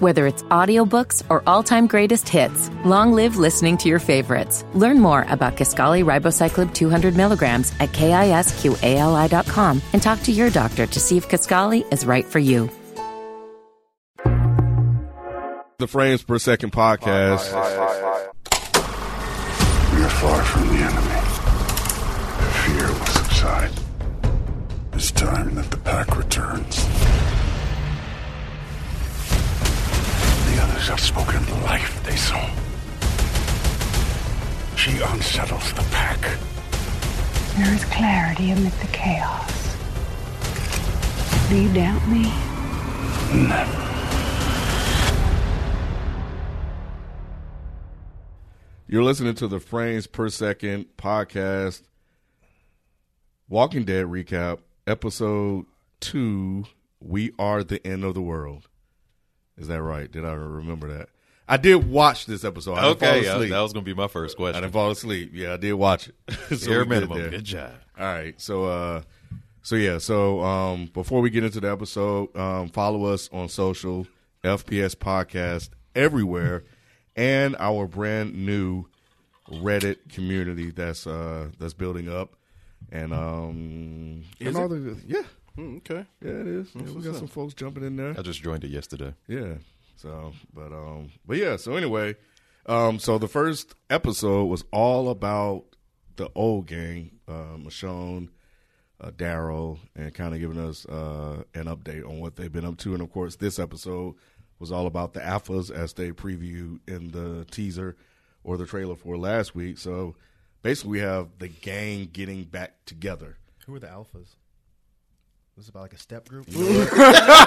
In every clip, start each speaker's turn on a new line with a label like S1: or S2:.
S1: Whether it's audiobooks or all-time greatest hits, long live listening to your favorites. Learn more about Kaskali Ribocyclib 200 milligrams at kisqali.com and talk to your doctor to see if Kaskali is right for you.
S2: The Frames Per Second podcast.
S3: We are far from the enemy. The fear will subside. It's time that the pack returns. The others have spoken the life they saw. She unsettles the pack.
S4: There is clarity amid the chaos. Do you doubt me?
S3: Never.
S2: You're listening to the Frames Per Second podcast. Walking Dead recap, episode two. We are the end of the world. Is that right? Did I remember that? I did watch this episode. I didn't
S5: Okay,
S2: fall
S5: uh,
S2: asleep.
S5: that was gonna be my first
S2: I
S5: question.
S2: didn't fall asleep. Yeah, I did watch it. So
S5: Bare
S2: we good
S5: minimum.
S2: there.
S5: Good job.
S2: All right. So uh so yeah, so um before we get into the episode, um follow us on social FPS podcast everywhere and our brand new Reddit community that's uh that's building up. And um and all the- yeah.
S5: Okay,
S2: Yeah, it is. Yeah, we got some folks jumping in there.
S5: I just joined it yesterday.
S2: Yeah. So, but um, but yeah. So anyway, um, so the first episode was all about the old gang, uh, Michonne, uh, Daryl, and kind of giving us uh, an update on what they've been up to. And of course, this episode was all about the alphas as they previewed in the teaser or the trailer for last week. So basically, we have the gang getting back together.
S6: Who are the alphas? This is about like a step group.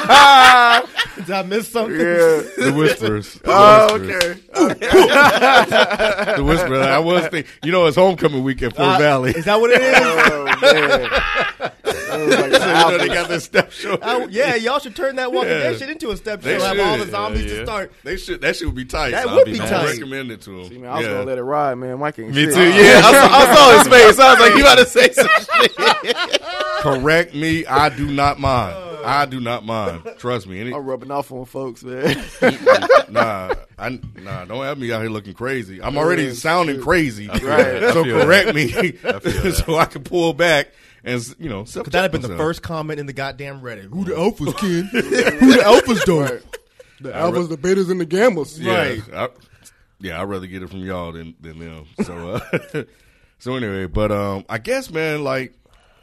S6: Did I miss something?
S2: the whispers. oh, okay. the whisper. I was thinking, you know, it's homecoming week at Fort
S6: Uh,
S2: Valley. Oh,
S6: Is that what it is?
S2: so, you know, they got this step show.
S6: I- yeah, y'all should turn that Walking
S2: Yeah.
S6: Dead shit into a step
S2: They
S6: show. Have all
S2: should.
S6: the zombies
S5: Yeah, yeah.
S6: to start.
S2: They should. That should would be tight.
S6: That
S2: I'll
S6: would be
S2: mad.
S6: tight.
S2: I recommend it to him.
S7: See, man, I was gonna let it ride, man. Mike ain't
S5: Me
S7: shit.
S5: too. Yeah, I saw, I saw his face. I was like, you about to say some shit.
S2: Correct me. I do not mind. I do not mind. Trust me. Any,
S7: I'm rubbing off on folks, man.
S2: nah, I, nah. Don't have me out here looking crazy. I'm already
S7: Yeah,
S2: sounding crazy.
S7: Right.
S2: So
S5: I feel
S2: correct me, so I can pull back and s- you know.
S6: Could that have been the
S2: myself.
S6: first comment in the goddamn Reddit? Who the
S2: Oh.
S6: alphas, kid? Who the alphas doing?
S7: the alphas, the betas, and the gamblers.
S2: Yeah, I, yeah, I'd rather get it from y'all than than them. So, uh, so anyway, but um, I guess man, like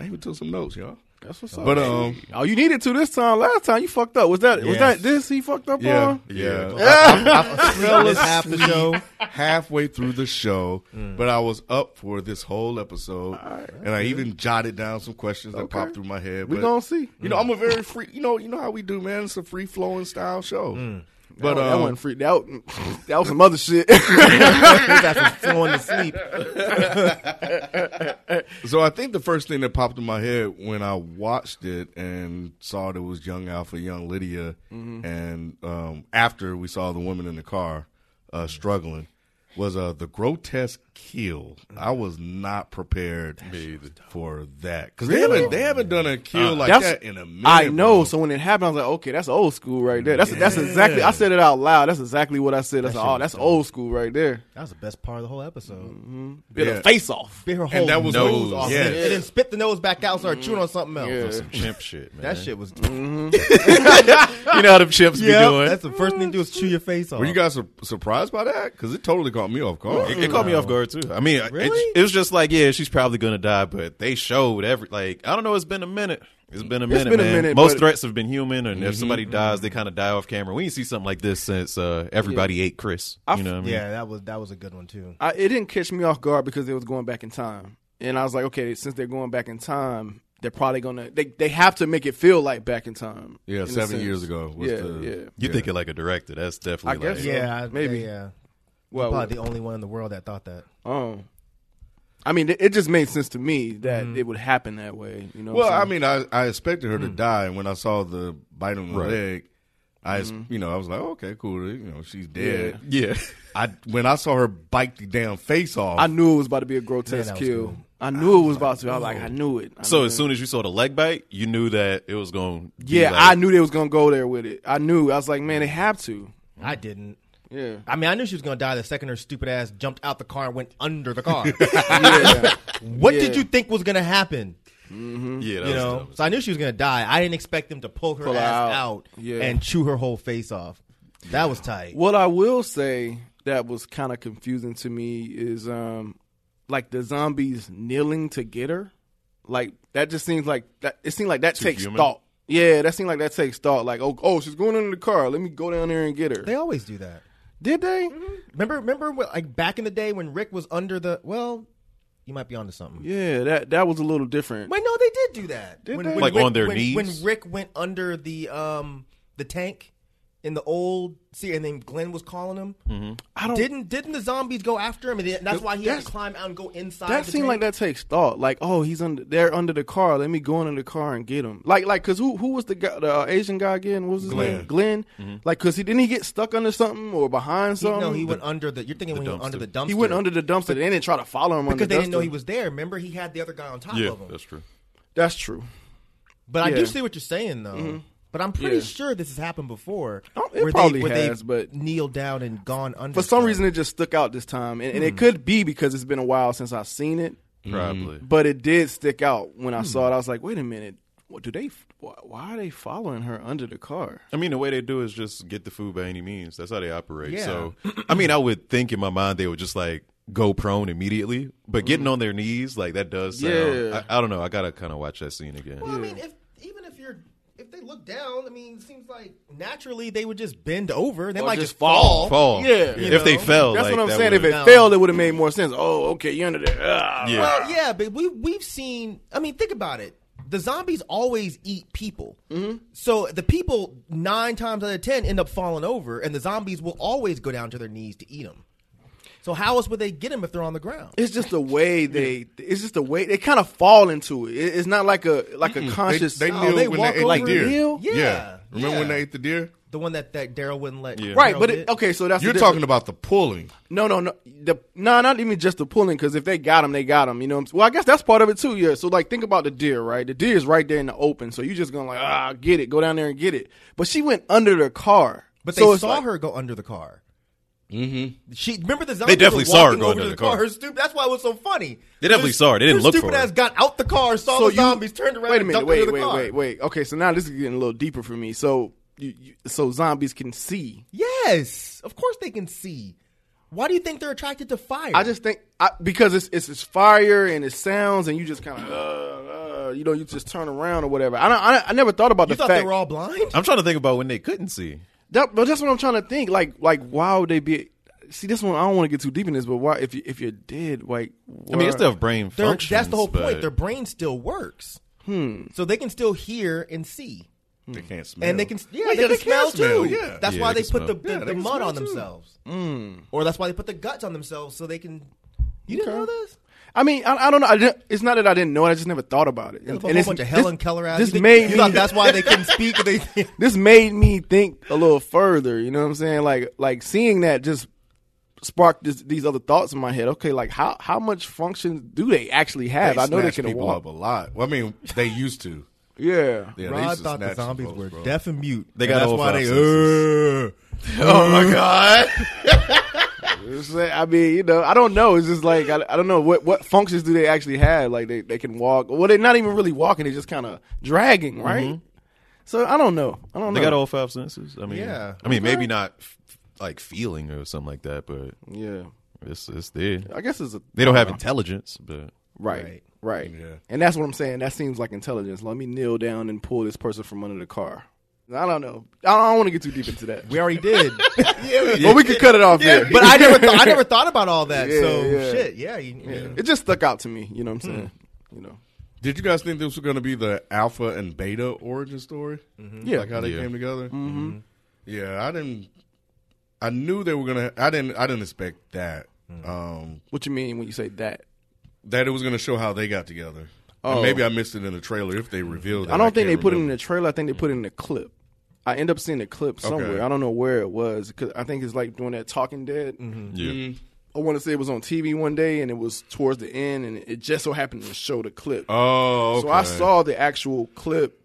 S2: I even took some notes, y'all.
S7: That's what's up.
S2: But um,
S7: oh, you needed to this time. Last time you fucked up. Was that was
S6: Yes.
S7: that this he fucked up
S2: yeah,
S7: on?
S2: yeah,
S6: This half the show.
S2: halfway through the show,
S7: Mm.
S2: but I was up for this whole episode, and I even jotted down some questions that popped through my head.
S7: We
S2: but-
S7: gonna see. Mm.
S2: You know, I'm a very free. You know, you know how we do, man. It's a free flowing style show.
S7: But
S2: But
S7: Mm. Oh, that
S2: um,
S7: wasn't freaked out. That was some other shit.
S6: That's flowing to sleep.
S2: So I think the first thing that popped in my head when I watched it and saw that it was young Alpha, young Lydia,
S7: Mm-hmm.
S2: and um, after we saw the woman in the car
S7: Mm-hmm.
S2: uh, struggling, was uh, the grotesque kill.
S7: Mm-hmm.
S2: I was not prepared for that because they haven't they haven't done a kill like
S7: Uh, That's-
S2: that in a minute.
S7: I know.
S2: bro.
S7: So when it happened, I was like, okay, that's old school right there. That's that's exactly. I said it out loud. That's exactly what I said. That's oh, that's old school right there.
S6: That was the best part of the whole episode.
S7: Bit
S2: Yeah.
S7: of face off.
S6: Bit her whole
S2: Mm-hmm. And that was
S6: nose,
S2: nose,
S6: off.
S2: yes. Mm-hmm.
S6: And then spit the nose back out and start chewing on something else.
S7: Yeah.
S5: Some chimp shit, man.
S6: That shit was.
S5: You know how them chimps be doing.
S6: That's the first thing to do is chew your face off.
S2: Were you guys su- surprised by that? Because it totally caught me off guard.
S7: Mm-hmm.
S5: it, it caught me off guard too. I mean,
S6: Really?
S5: it, it was just like, yeah, she's probably gonna die, but they showed every like, I don't know, it's been a minute. It's been a minute,
S7: been a
S5: man.
S7: minute,
S5: Most
S7: but-
S5: threats have been human, and if somebody dies, they kind of die off camera. We ain't see something like this since uh, everybody ate Chris.
S7: I
S5: you know what I mean?
S6: Yeah, that was that was a good one too.
S7: I, it didn't catch me off guard because it was going back in time, and I was like, okay, since they're going back in time, they're probably gonna they they have to make it feel like back in time.
S2: Yeah,
S7: in a
S2: seven
S7: sense.
S2: years ago was
S7: yeah,
S2: the-
S7: yeah.
S5: You think it like a director? That's definitely
S7: I
S5: like
S7: guess
S6: Yeah, I-
S7: maybe. Oh,
S6: Yeah,
S7: Well,
S6: probably the only one in the world that thought that.
S7: um, I mean, it, it just made sense to me that it would happen that way. You know, what
S2: Mm-hmm. Well, I
S7: I'm
S2: mean, I, I expected her to
S7: Mm.
S2: die, and when I saw the bite on the leg, I, es-
S7: Mm-hmm.
S2: you know, I was like, okay, cool, you know, she's dead.
S5: yeah.
S2: I when I saw her bite the damn face off,
S7: I knew it was about to be a grotesque
S6: Yeah, that was
S7: kill.
S6: cool. oh.
S7: I knew it was about to. I was like, I knew it. I
S5: So
S7: knew
S5: as
S7: it.
S5: soon as you saw the leg bite, you knew that it was going.
S7: yeah, I knew they was gonna go there with it. I knew. I was like, man, they have to.
S8: I didn't.
S7: Yeah.
S8: I mean, I knew she was gonna die the second her stupid ass jumped out the car and went under the car.
S7: Yeah.
S8: what did
S7: Yeah.
S8: you think was gonna happen?
S5: knew. Yeah, that
S8: You
S5: was
S8: know,
S5: dumb.
S8: so I knew she was gonna die. I didn't expect them to pull her
S7: Pull her
S8: ass out,
S7: out. Yeah.
S8: and chew her whole face off. That was tight.
S7: What I will say that was kind of confusing to me is um like the zombies kneeling to get her. Like that just seems like that it seemed like that takes
S5: human?
S7: thought. Yeah, that seemed like that takes thought. Like, oh, oh, she's going into the car. Let me go down there and get her.
S8: They always do that.
S7: Did they?
S8: Remember, remember, what, like back in the day when Rick was under the. Well, you might be onto something.
S7: Yeah, that that was a little different.
S8: Wait, no, they did do that.
S7: they?
S5: Like
S8: Rick-
S5: on their
S8: when-
S5: knees?
S8: When Rick went under the um the tank in the old see, and then Glenn was calling him.
S7: I don't.
S8: Didn't didn't the zombies go after him? And then that's why he had
S7: That's-
S8: to climb out and go inside.
S7: that
S8: the
S7: seemed like
S8: tank?
S7: that takes thought. Like, oh, he's under. They're under the car. Let me go in the car and get him. Like, like, cause who who was the guy, the uh, Asian guy again? What was his name? Glenn. Like, cause he didn't he get stuck under something or behind
S8: Mm-hmm. He,
S7: something?
S8: no, he went under the. You're thinking when he went under the dumpster.
S7: He went under the um, dumpster. They didn't try to follow him
S8: because
S7: under
S8: they
S7: the
S8: didn't know
S7: dumpster.
S8: he was there. Remember, he had the other guy on top
S5: yeah,
S8: of him.
S5: that's true.
S7: That's true.
S8: But I
S7: Yeah. Mm-hmm.
S8: do see what you're saying, though. But I'm pretty
S7: Yeah.
S8: sure this has happened before.
S7: Oh, it probably has,
S8: they've
S7: but-
S8: kneeled down and gone under.
S7: For some
S8: stuff.
S7: reason, it just stuck out this time, and, and
S8: Hmm.
S7: it could be because it's been a while since I've seen it.
S2: Mm-hmm.
S5: Probably.
S7: But it did stick out when I
S8: Hmm.
S7: saw it. I was like, wait a minute. What do they? Why, why are they following her under the car?
S5: I mean, the way they do is just get the food by any means. That's how they operate.
S8: Yeah.
S5: So, I mean, I would think in my mind they would just like go prone immediately, but getting on their knees, like that does sound.
S7: Yeah.
S5: I, I don't know. I got to kind of watch that scene again.
S8: Well, I mean, if even if you're if they look down, I mean, it seems like naturally they would just bend over. They
S7: Or
S8: might
S7: just
S8: just,
S7: fall.
S8: fall.
S5: Fall.
S7: Yeah.
S5: If they
S8: Oh,
S5: fell.
S7: That's
S5: like,
S7: what I'm
S5: that
S7: saying. If
S5: would've-
S7: it failed, it would have made more sense. Oh, okay, you're under there. Ah.
S5: Yeah.
S8: Well, yeah, but we we've seen. I mean, think about it. The zombies always eat people,
S7: Mm-hmm.
S8: so the people nine times out of ten end up falling over, and the zombies will always go down to their knees to eat them. So how else would they get them if they're on the ground?
S7: It's just the way they. It's just the way they kind of fall into it. It- It's not like a like a
S2: They,
S7: conscious. oh,
S2: they
S8: No,
S2: knew
S8: they
S2: when
S8: walk
S2: they ate
S8: over
S2: the
S8: a
S2: deer.
S7: hill?
S8: Yeah,
S2: Remember when
S8: yeah.
S2: they ate the deer?
S8: The one that that Daryl wouldn't let.
S5: Yeah.
S7: right,
S8: Daryl
S7: but it,
S8: get.
S7: okay. So that's
S2: You're
S7: the
S2: talking
S7: difference.
S2: about the pulling.
S7: No, no, no. The no, not even just the pulling. Because if they got him, they got him. You know. What I'm, s- well, I guess that's part of it too. Yeah. So like, think about the deer, right? The deer is right there in the open. So you just gonna like ah, get it, go down there and get it. But she went under the car.
S8: But
S7: so
S8: they
S7: it's
S8: saw
S7: like-
S8: her go under the car. Mm-hmm. She remember the zombies.
S5: definitely
S8: were
S5: saw her
S8: walking
S5: go
S8: over
S5: under
S8: to
S5: the car.
S8: Her stupid. That's why it was so funny.
S5: They definitely
S8: Her-
S5: saw her. They didn't
S8: her
S5: look for
S8: stupid
S5: her.
S8: ass got out the car, saw the
S7: you-
S8: zombies, turned around.
S7: Wait a
S8: and
S7: minute.
S8: dumped
S7: Wait,
S8: under the
S7: wait,
S8: car.
S7: wait, wait. Okay. So now this is getting a little deeper for me. So you, you, so zombies can see.
S8: Yes, of course they can see. Why do you think they're attracted to fire?
S7: I just think I, because it's, it's it's fire and it sounds and you just kind of uh, uh, you know you just turn around or whatever. I don't, I, I never thought about
S8: you
S7: the
S8: thought
S7: fact
S8: they were all blind.
S5: I'm trying to think about when they couldn't see.
S7: that, but that's what I'm trying to think. Like like why would they be? See this one I don't want to get too deep in this, but why if you if you're dead like
S5: I mean,
S7: why-
S5: it's still brain
S8: They're-
S5: functions.
S8: that's the whole point.
S5: but-
S8: Their brain still works, hmm. so they can still hear and see,
S2: They can't smell.
S8: and they can yeah,
S2: Well,
S8: they,
S2: yeah,
S8: can, smell, too.
S2: Yeah.
S8: That's
S5: Yeah,
S8: why
S5: they
S8: they,
S5: can
S8: put the,
S5: smell.
S8: the,
S2: Yeah,
S8: the
S2: they can
S8: mud
S2: smell
S8: on
S2: too.
S8: themselves, or that's why they put the guts on themselves so they can. You didn't
S7: Okay.
S8: know this?
S7: I mean, I, I don't know. I didn't, it's not that I didn't know it. I just never thought about it.
S8: a whole bunch of Helen
S7: this,
S8: Keller ass.
S7: This
S8: you think-
S7: made
S8: you
S7: me,
S8: thought that's why they couldn't speak. They,
S7: this made me think a little further. You know what I'm saying? Like like seeing that just sparked this, these other thoughts in my head. Okay, like how how much functions do they actually
S2: They
S7: have? I know they
S2: snatch
S7: can
S2: people
S7: walk.
S2: up a lot. Well, I mean, they used to.
S7: Yeah.
S2: Yeah, they
S8: Rod
S2: used to
S8: thought the
S2: snatch
S8: zombies
S2: folks,
S8: were
S2: bro.
S8: deaf and mute.
S5: They got
S8: and
S5: all
S8: that's why
S5: five
S8: they.
S5: senses.
S2: Oh my god!
S7: It's like- I mean, you know, I don't know. It's just like I, I don't know what what functions do they actually have? Like they, they can walk. Well, they're not even really walking. They're just kind of dragging, right?
S2: Mm-hmm.
S7: So I don't know. I don't
S5: They
S7: know.
S5: got all five senses. I mean,
S8: Yeah.
S5: I mean, maybe not f- like feeling or something like that, but
S7: yeah.
S5: it's it's there.
S7: I guess it's a
S5: They don't have intelligence, but
S7: Right. Right.
S2: Yeah.
S7: And that's what I'm saying. That seems like intelligence. Let me kneel down and pull this person from under the car. I don't know. I don't, want to get too deep into that.
S8: We already did.
S7: But we could cut it off here.
S8: but I never, thought I never thought about all that.
S7: Yeah,
S8: so
S7: yeah.
S8: shit, yeah, you, yeah.
S7: it just stuck out to me. You know what I'm saying? You know.
S2: Did you guys think this was going to be the alpha and beta origin story? Mm-hmm.
S7: Yeah.
S2: like how they
S5: Yeah.
S2: came together. Mm-hmm. Yeah, I didn't. I knew they were gonna. I didn't. I didn't expect that. Um,
S7: What you mean when you say that?
S2: that it was gonna show how they got together. And maybe I missed it in the trailer if they revealed. it.
S7: Oh. I don't think they
S2: can't
S7: put it in
S2: remember.
S7: the trailer. I think they put it in the clip. I end up
S5: Mm-hmm.
S7: seeing the clip somewhere. I don't know where it was. Cause I think it's like doing that Talking Dead.
S5: yeah.
S7: I want to say it was on TV one day, and it was towards the end, and it just so happened to show the clip.
S2: Oh,
S7: So I
S2: okay.
S7: saw the actual clip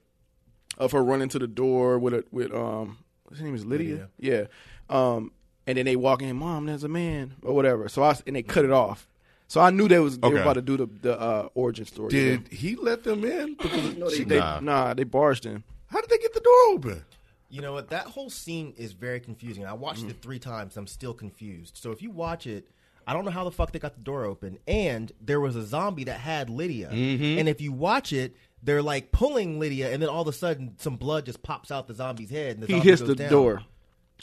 S7: of her running to the door with a, with um what's her name is Lydia? Yeah. Um and then they walk in, Mom, there's a man or whatever. So I s- and they cut it off. So I knew they was they were
S2: Okay.
S7: about to do the the uh, origin story.
S2: Did he let them in? Because she-
S7: they, nah. they barged in.
S2: how did they get the door open?
S8: You know what? That whole scene is very confusing. I
S7: Mm.
S8: watched it three times. I'm still confused. So if you watch it, I don't know how the fuck they got the door open. And there was a zombie that had Lydia.
S7: Mm-hmm.
S8: And if you watch it, they're like pulling Lydia, and then all of a sudden, some blood just pops out the zombie's head. And the
S7: He
S8: zombie
S7: hits
S8: goes
S7: the
S8: down.
S7: door.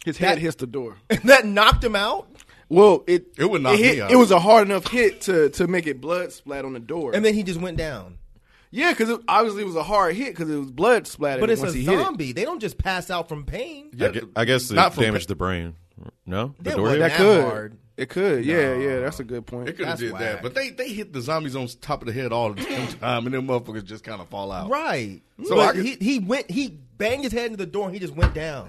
S7: His head
S8: That-
S7: hits the door.
S8: that knocked him out.
S7: Well, it
S2: It would knock
S7: it hit-
S2: me out.
S7: It was a hard enough hit to to make it blood splat on the door.
S8: And then he just went down.
S7: yeah, because it, obviously it was a hard hit because it was blood splattered.
S8: But it's
S7: once
S8: a
S7: he hit it.
S8: zombie. They don't just pass out from pain.
S5: I guess, I guess it
S2: Not for
S5: damaged
S2: pa-
S5: the brain. No, the
S8: That
S5: door
S8: wasn't
S5: hit?
S7: That
S8: that
S7: could.
S8: hard.
S7: It could. Yeah, yeah. That's a good point.
S2: They could have
S8: That's
S2: did that,
S8: whack.
S2: but they they hit the zombies on top of the head all the damn time, and them motherfuckers just kind of fall out.
S8: Right.
S2: So
S8: So
S2: I could-
S8: he, he went, he banged his head into the door and he just went down.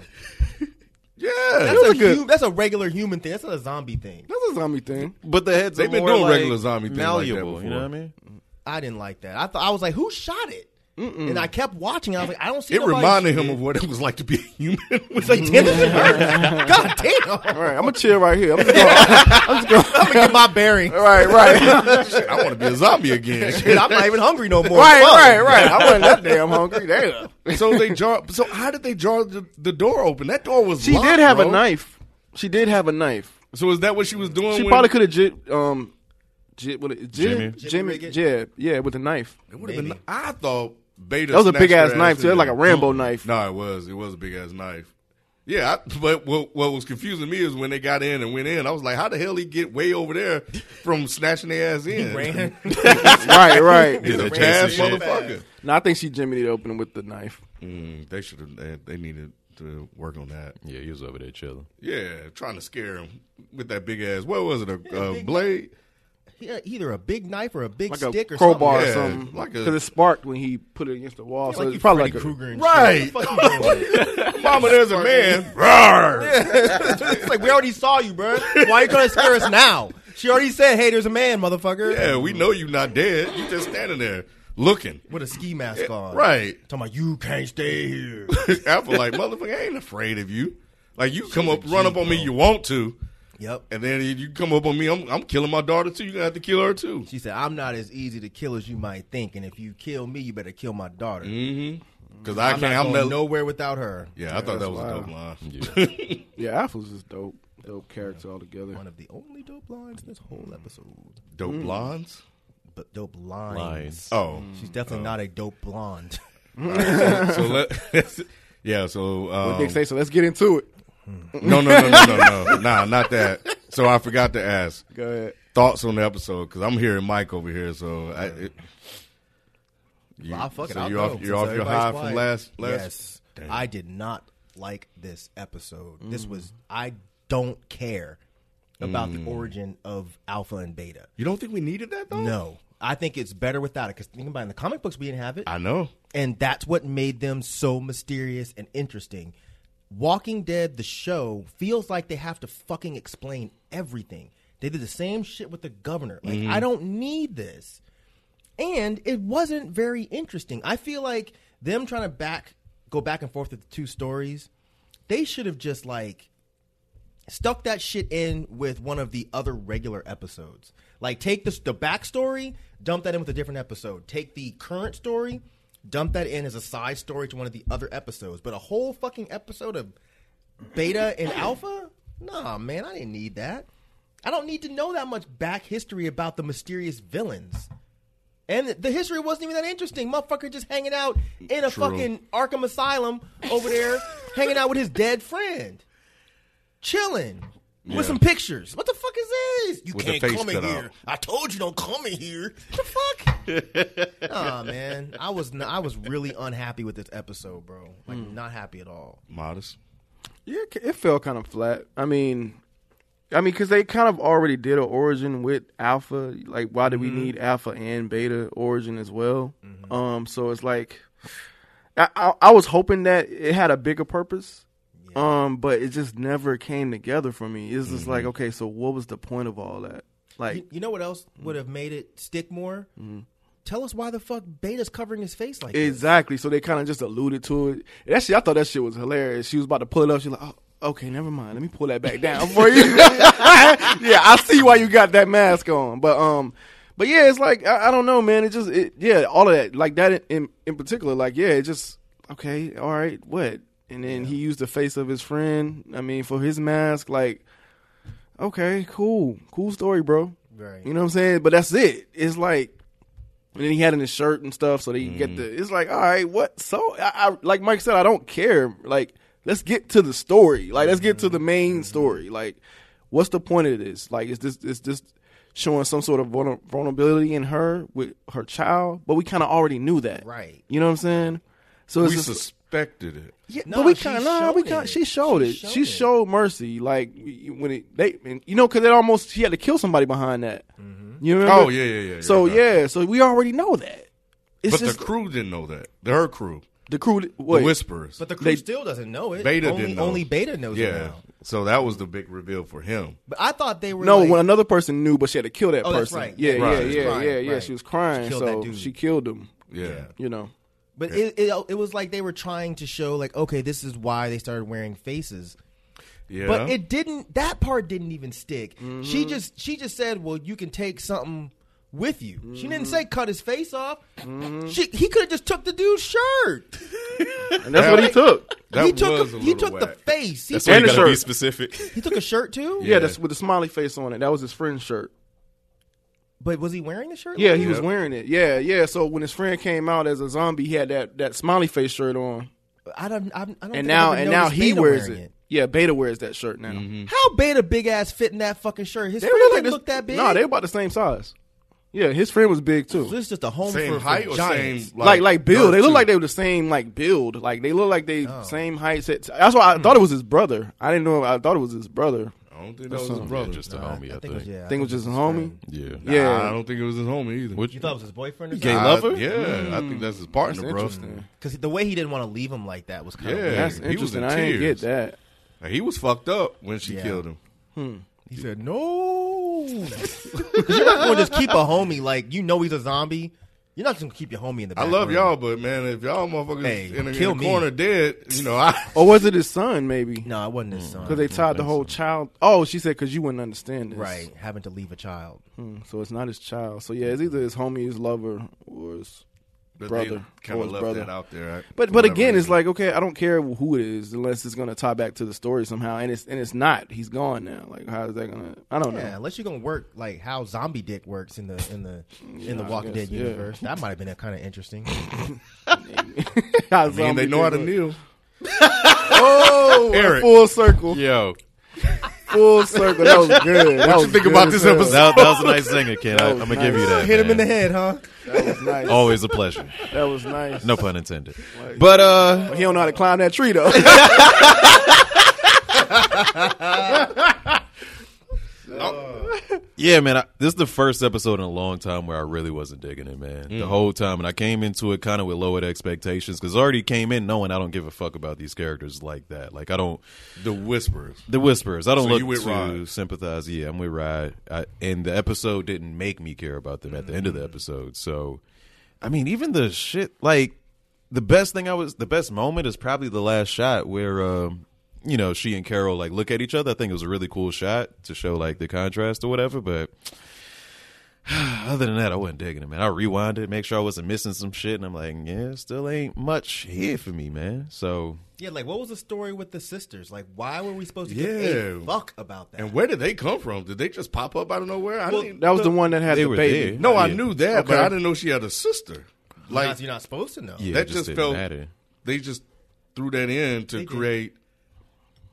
S2: Yeah,
S8: That's, a,
S7: a good-
S8: hu- that's a regular human thing. That's not a zombie thing.
S7: That's a zombie thing.
S5: But the heads
S2: They've
S5: are
S2: been
S5: more,
S2: doing
S5: like,
S2: regular zombie thing like that
S5: malleable. you know what
S2: before.
S5: I mean?
S8: I didn't like that. I thought I was like, who shot it? And I kept watching. I was like, I don't see.
S2: it
S8: nobody
S2: reminded
S8: shoot
S2: him
S8: it.
S2: of what it was like to be a human.
S8: It's like Dennis the Bird. God damn!
S7: All right, I'm gonna chill right here. I'm just gonna, I'm just gonna,
S8: I'm gonna get my bearings.
S7: all right, right,
S2: Shit, I want to be a zombie again.
S8: Shit, I'm not even hungry no more.
S7: right,
S8: Fuck.
S7: right, right. I wasn't that damn hungry. Damn.
S2: so they jar. So how did they jar the, the door open? That door was.
S7: She
S2: locked,
S7: did have
S2: bro.
S7: a knife. She did have a knife.
S2: So is that what she was doing?
S7: She
S2: when-
S7: probably could have jit, um, jit, what it,
S5: Jimmy?
S7: jit, Jimmy,
S8: Jimmy
S7: yeah, yeah, with a knife.
S2: It would have been. I thought Beta.
S7: That was a
S2: snatched
S7: big ass
S2: her
S7: knife too. It was
S2: in.
S7: like a Rambo knife.
S2: No, it was. It was a big ass knife. Yeah, I, but what, what was confusing me is when they got in and went in. I was like, how the hell he get way over there from snatching their ass in?
S8: Ran.
S7: right, right.
S5: Did
S2: He's a
S5: the
S2: fast
S5: Jason shit.
S2: motherfucker.
S7: No, I think she jimmied it open with the knife.
S2: Mm, they should have. They, they needed to work on that.
S5: Yeah, he was over there chilling.
S2: Yeah, trying to scare him with that big ass. What was it? A, a blade?
S8: He had Either a big knife or a big
S7: Like
S8: stick
S7: a
S8: or
S7: crowbar
S2: Yeah,
S7: or something,
S2: like a-
S7: because it sparked when he put it against the wall.
S8: something.
S7: so
S8: Like you
S7: it's
S8: Freddy
S7: probably like a,
S8: Krueger and
S2: Right.
S8: shit. What the fuck you doing?
S2: Mama, there's a man. Roar.
S8: it's like we already saw you, bro. Why you gonna scare us now? She already said, "Hey, there's a man, motherfucker."
S2: Yeah, we know you're not dead. You just standing there looking.
S8: With a ski mask on,
S2: Right.
S8: Talking about you can't stay here.
S2: Apple like motherfucker, I ain't afraid of you. Like you come up, run up on me, you want to,
S8: yep.
S2: and then you come up on me, I'm, I'm killing my daughter too. You gonna have to kill her too.
S8: She said, "I'm not as easy to kill as you might think, and if you kill me, you better kill my daughter.
S2: Because I
S8: Mm,
S2: can't.
S8: I'm not
S2: I'm
S8: going
S2: not.
S8: nowhere without her."
S2: yeah, I thought that was a dope line.
S7: yeah, Apple's just dope, dope character altogether.
S8: One of the only dope lines in this whole episode.
S2: Dope lines.
S8: But dope lines.
S5: Lines.
S2: Oh,
S8: She's definitely not a dope blonde.
S2: so let. yeah, so um,
S7: Dick say so. Let's get into it.
S2: no, no, no, no, no, no, nah, not that. So I forgot to ask
S7: Go ahead.
S2: thoughts on the episode because I'm hearing Mike over here. So I, it, you,
S8: Well, I fuck it,
S2: so
S8: I'll
S2: you're
S8: go,
S2: off,
S8: since
S2: you're off your
S8: everybody's
S2: high
S8: quiet.
S2: from last. last
S8: Yes, I did not like this episode.
S2: Mm.
S8: This was I don't care about the origin of Alpha and Beta.
S2: You don't think we needed that though?
S8: No, I think it's better without it. Because think about it, in the comic books, we didn't have it.
S2: I know.
S8: and that's what made them so mysterious and interesting. Walking Dead, the show, feels like they have to fucking explain everything. They did the same shit with the governor. Like, I don't need this. And it wasn't very interesting. I feel like them trying to back go back and forth with the two stories, they should have just like stuck that shit in with one of the other regular episodes. Like take the the backstory, dump that in with a different episode. Take the current story, dump that in as a side story to one of the other episodes. But a whole fucking episode of Beta and Alpha? Nah, man, I didn't need that. I don't need to know that much back history about the mysterious villains. And the history wasn't even that interesting. Motherfucker just hanging out in a
S2: True.
S8: fucking Arkham Asylum over there, hanging out with his dead friend chilling with some pictures. What the fuck is this? You
S2: With the face cut out.
S8: I told you don't come in here. What the fuck? nah, man. I was n I I was really unhappy with this episode, bro. Like
S2: Hmm.
S8: not happy at all.
S2: Modest.
S7: Yeah, it ca- it fell kind of flat. I mean, I mean, because they kind of already did an origin with Alpha. Like, why do we need Alpha and Beta origin as well? Um, so it's like, I, I I was hoping that it had a bigger purpose. Um, but it just never came together for me. It's just like, okay, so what was the point of all that? Like,
S8: You, you know what else would have made it stick more? Tell us why the fuck Beta's covering his face like this.
S7: Exactly. So they kind of just alluded to it. And Actually, I thought that shit was hilarious. She was about to pull it up. She's like, oh, okay, never mind. Let me pull that back down for you. yeah, I see why you got that mask on. But um, but yeah, it's like I, I don't know, man. It just it yeah, all of that like that in in, in particular. Like yeah, it just okay, all right, what? And then he used the face of his friend. I mean, for his mask, like okay, cool, cool story, bro.
S8: Right.
S7: You know what I'm saying? But that's it. It's like and then he had in his shirt and stuff, so they get the. It's like, all right, what? So, I, I like Mike said, I don't care. Like, let's get to the story. Like, let's get to the main story. Like, what's the point of this? Like, is this is this showing some sort of vulner- vulnerability in her with her child? But we kind of already knew that,
S8: Right.
S7: You know what I'm saying? So it's
S2: We
S7: just,
S2: suspected it.
S7: yeah,
S8: No,
S7: but we
S8: she
S7: kind of nah, we
S8: showed
S7: kind
S8: it.
S7: she showed
S8: She
S7: it.
S8: showed
S7: She
S8: it.
S7: showed mercy, like when it they and, you know because it almost she had to kill somebody behind that. You remember?
S2: Oh, yeah, yeah, yeah,
S7: So
S2: yeah.
S7: yeah, so we already know that. It's
S2: But
S7: just
S2: the crew didn't know that. Her crew,
S7: the crew. that-
S2: the
S7: Wait,
S2: whisperers.
S8: But the crew
S7: They-
S8: still doesn't know it.
S2: Beta
S8: only,
S2: didn't know.
S8: Only Beta knows it
S2: yeah.
S8: now.
S2: So that was the big reveal for him.
S8: But I thought they were
S7: no,
S8: like,
S7: when another person knew, but she had to kill that
S8: Oh, that's
S7: person.
S8: right.
S7: Yeah,
S8: Yeah,
S7: yeah,
S2: she was
S7: yeah,
S8: crying,
S7: yeah, yeah.
S8: right.
S7: She was crying,
S8: She killed that
S7: so
S8: dude.
S7: she killed him.
S2: Yeah.
S7: You know,
S8: But it, it it was like they were trying to show like okay this is why they started wearing faces.
S2: Yeah. Mm-hmm.
S8: But it didn't that part didn't even stick. She just she just said, "Well, you can take something with you." She didn't say
S2: Mm-hmm.
S8: cut his face off. She he could have just took the dude's shirt.
S7: and that's what he took.
S2: that
S8: he took
S2: was
S8: a,
S2: a
S8: he
S2: little
S8: took
S2: whack.
S8: the face. He,
S5: That's
S8: took,
S5: why you
S7: And the
S5: gotta be
S7: shirt.
S5: specific.
S8: he took a shirt too.
S7: Yeah. that's with the smiley face on it. That was his friend's shirt.
S8: But was he wearing the shirt?
S7: Yeah,
S8: later?
S7: he was wearing it. Yeah, yeah. So when his friend came out as a zombie, he had that that smiley face shirt on.
S8: I don't. I don't I don't think
S7: and now
S8: I've ever
S7: and now
S8: noticed
S7: he
S8: Beta
S7: wears it.
S8: wearing
S7: Yeah, Beta wears that shirt now.
S2: Mm-hmm.
S8: How Beta big ass fit in that fucking shirt? His
S7: They
S8: friend
S7: look like
S8: didn't
S7: this-
S8: look that big.
S7: No, they were about the same size. Yeah, his friend was big too.
S8: So this is just a home
S2: same
S8: for, for
S2: height or
S8: giants.
S2: same
S7: Like like build, they
S2: girth,
S7: look
S2: too.
S7: like they were the same like build. Like they look like they
S8: Oh.
S7: same height. set- That's why I thought it was his brother. I didn't know. I thought it was his brother.
S2: I don't think that was his brother.
S5: Yeah, just a homie, I,
S8: I think it was,
S5: think.
S8: yeah.
S7: I think it was just a homie.
S5: Yeah.
S2: Nah,
S7: yeah.
S2: I don't think it was his homie either.
S5: Which-
S8: You thought it was his boyfriend? Or
S5: Gay
S8: something?
S5: lover?
S2: Yeah, I think that's his partner, bro.
S7: interesting.
S8: Because the way he didn't want to leave him like that was kind
S2: Yeah.
S8: of weird.
S7: That's
S2: He was
S7: interesting.
S2: in
S7: I didn't get
S2: tears.
S7: that.
S2: He was fucked up when she
S8: Yeah.
S2: killed him.
S8: He said, "No, 'Cause you're not going to just keep a homie like you know he's a zombie. You're not just going to keep your homie in the.
S2: I
S8: Back
S2: love
S8: room.
S2: y'all, but man, if y'all motherfuckers
S8: Hey,
S2: in, the, in
S8: kill
S2: the
S8: me.
S2: corner dead, you know, I
S7: Or was it his son? Maybe because
S8: No, it wasn't his son.
S7: Mm. they tied the whole child. Oh, she said because you wouldn't understand this.
S8: right having to leave a child.
S7: So it's not his child. So yeah, it's either his homie, his lover, or his brother.
S2: kind of
S7: or his
S2: left
S7: brother.
S2: that out there. I-
S7: But
S2: for
S7: but
S2: whatever
S7: again, it's
S2: reason.
S7: like okay, I don't care who it is unless it's gonna tie back to the story somehow, and it's and it's not. He's gone now. Like how is that gonna? I don't
S8: Yeah,
S7: know.
S8: unless you're gonna work like how zombie dick works in the in the in the
S7: I
S8: Walking
S7: guess,
S8: Dead
S7: yeah.
S8: universe. That might have been kind of interesting.
S7: I
S2: I mean, they know how to kneel.
S7: Oh,
S5: Eric.
S7: full circle,
S5: Yo,
S7: full circle. That was good. That was
S2: think
S7: good
S2: about
S7: as
S2: this
S7: hell.
S2: episode?
S5: that, that was a nice singer, Ken. I,
S7: That
S5: I'm
S7: was
S5: gonna give you
S7: nice.
S5: that.
S8: Hit him in the
S5: man.
S8: head, huh?
S7: That was nice.
S5: Always a pleasure.
S7: That was nice.
S5: No pun intended. But uh,
S7: He don't know how to climb that tree though.
S5: yeah, man, I, this is the first episode in a long time where I really wasn't digging it, man. The whole time, and I came into it kind of with lowered expectations because I already came in knowing I don't give a fuck about these characters like that. Like I don't.
S2: The whisperers.
S5: The Whisperers. I don't
S2: So
S5: look
S2: you with
S5: to
S2: Rod.
S5: sympathize. Yeah, I'm with Rod. I, and the episode didn't make me care about them at the end of the
S2: Mm-hmm.
S5: episode. So, I mean, even the shit like the best thing I was the best moment is probably the last shot where um, you know she and Carol like look at each other. I think it was a really cool shot to show like the contrast or whatever. But other than that, I wasn't digging it, man. I rewound it, make sure I wasn't missing some shit, and I'm like, yeah, still ain't much here for me, man. So
S8: Yeah, like what was the story with the sisters? Like, why were we supposed to give
S2: Yeah.
S8: a fuck about that?
S2: And where did they come from? Did they just pop up out of nowhere? I didn't,
S7: that was the one that had
S5: They
S7: the
S5: were
S7: baby.
S5: there.
S2: no, I
S5: Yeah.
S2: knew that, but
S7: Okay.
S2: I didn't know she had a sister.
S8: You're
S2: Like
S8: not- you're not supposed to know.
S5: yeah, it
S2: that just,
S5: didn't
S2: felt
S5: matter.
S2: they just threw that in to
S8: did.
S2: create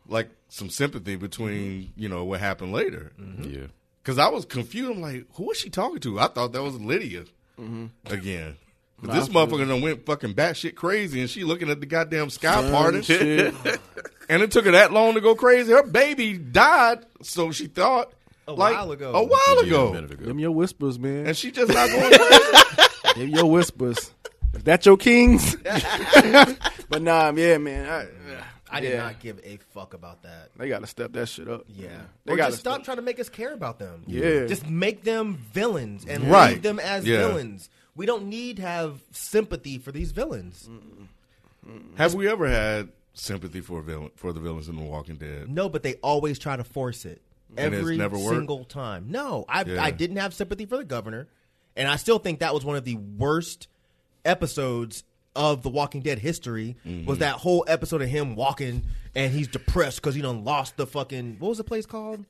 S2: like some sympathy between you know what happened later.
S5: Yeah.
S2: Because I was confused. I'm like, who is she talking to? I thought that was Lydia
S5: Mm-hmm.
S2: again. But this motherfucker done went fucking batshit crazy, and she looking at the goddamn sky part and shit. and it took her that long to go crazy. Her baby died, so she thought
S8: A
S2: like,
S8: while ago.
S2: A while
S5: Yeah, a
S2: ago,
S5: minute ago.
S7: Them your whispers, man.
S2: and she just not going crazy.
S7: Them your whispers. Is that your kings? but nah, yeah, man. I,
S8: I did
S7: Yeah.
S8: not give a fuck about that.
S7: They got to step that shit up.
S8: Yeah,
S7: They
S8: or
S7: got
S8: just stop trying to make us care about them.
S7: Yeah.
S8: just make them villains and
S2: Right.
S8: leave them as
S2: Yeah.
S8: villains. We don't need to have sympathy for these villains.
S2: Have we ever had sympathy for villain for the villains in The Walking Dead?
S8: No, but they always try to force it
S2: And it's
S8: every
S2: never worked?
S8: single time. No, I
S2: Yeah.
S8: I didn't have sympathy for the governor, and I still think that was one of the worst episodes of the Walking Dead history.
S2: Mm-hmm.
S8: Was that whole episode of him walking and he's depressed because he done lost the fucking what was the place called?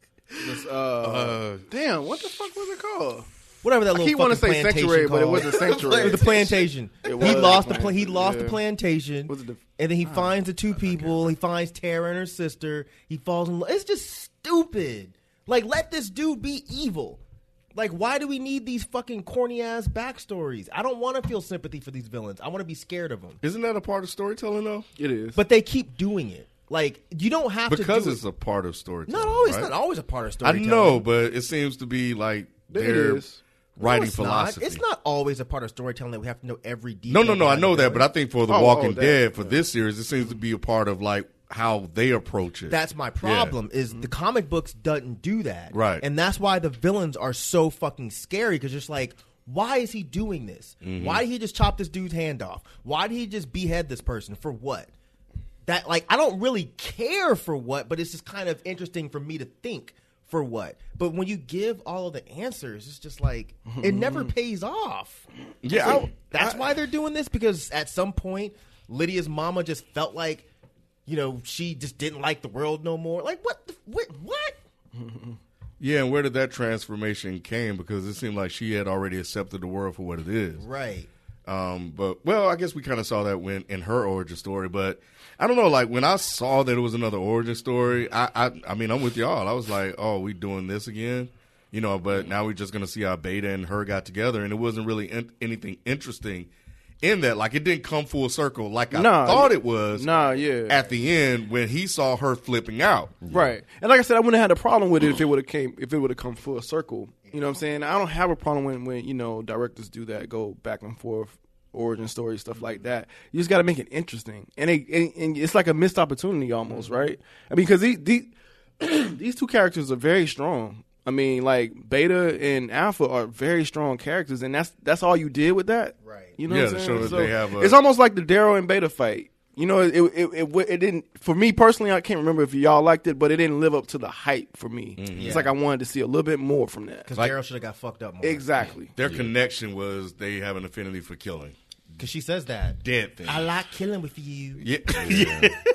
S7: Uh, damn, what the fuck was it called?
S8: Whatever that
S7: I
S8: little
S7: keep wanting
S8: fucking
S7: to say
S8: plantation
S7: sanctuary, but it
S8: called.
S7: wasn't sanctuary.
S8: It was the plantation.
S7: It
S8: he
S7: was
S8: lost the
S7: plan-
S8: pla- he lost the
S7: yeah.
S8: plantation,
S7: Was it the- Ah.
S8: and then he finds the two people. He finds Tara and her sister. He falls in love. It's just stupid. Like, let this dude be evil. Like, why do we need these fucking corny ass backstories? I don't want to feel sympathy for these villains. I want to be scared of them.
S2: Isn't that a part of storytelling though?
S7: It is.
S8: But they keep doing it. Like, you don't have to
S2: Because
S8: do
S2: it's
S8: it.
S2: a part of storytelling.
S8: not always.
S2: right?
S8: Not always a part of
S2: I
S8: storytelling.
S2: know, but it seems to be like
S7: It
S2: their
S7: is.
S2: writing
S8: it's
S2: philosophy.
S8: Not. It's not always a part of storytelling that we have to know every
S2: No, no,
S8: detail.
S2: no. I
S8: behind
S2: know
S8: the
S2: that, but I
S8: villain.
S2: think for The
S7: Oh, oh,
S2: Walking
S7: that,
S2: Dead, for this series, it seems to be a part of like how they approach it.
S8: that's my problem. Is the comic books doesn't do that,
S2: Right.
S8: And that's why the villains are so fucking scary because just like. Why is he doing this? Why did he just chop this dude's hand off? Why did he just behead this person for what? That like I don't really care for what, but it's just kind of interesting for me to think for what. But when you give all of the answers, it's just like it never pays off.
S2: Yeah,
S8: Like,
S2: I-
S8: that's why they're doing this because at some point Lydia's mama just felt like, you know, she just didn't like the world no more. Like what? The, what? What?
S2: Yeah, and where did that transformation came? Because it seemed like she had already accepted the world for what it is.
S8: Right.
S2: Um, but well, I guess we kind of saw that when in her origin story. But I don't know, like when I saw that it was another origin story, I, I, I mean, I'm with y'all. I was like, oh, we doing this again, you know. But now we're just gonna see how Beta and her got together, and it wasn't really in- anything interesting in that. Like it didn't come full circle like I
S7: Nah.
S2: thought it was.
S7: Nah, yeah.
S2: At the end, when he saw her flipping out,
S7: Right. And like I said, I wouldn't have had a problem with it if it would have came if it would have come full circle. You know what I'm saying? I don't have a problem when when you know directors do that, go back and forth origin story stuff like that. You just got to make it interesting. And, it, and and it's like a missed opportunity almost, right? I mean cuz these these, these two characters are very strong. I mean, like Beta and Alpha are very strong characters, and that's that's all you did with that,
S8: Right.
S7: You know,
S2: Yeah,
S7: what I'm
S2: to show
S7: saying?
S2: that
S7: So
S2: they have a-
S7: it's almost like the Daryl and Beta fight. You know, it it, it it wa- it didn't for me personally. I can't remember if y'all liked it, but it didn't live up to the hype for me.
S2: Mm,
S7: It's like I wanted to see a little bit more from that.
S8: Because Daryl should have got fucked up more.
S7: Exactly.
S2: their connection was they have an affinity for killing
S8: Because she says that.
S2: dead things.
S8: I like killing with you.
S2: yeah.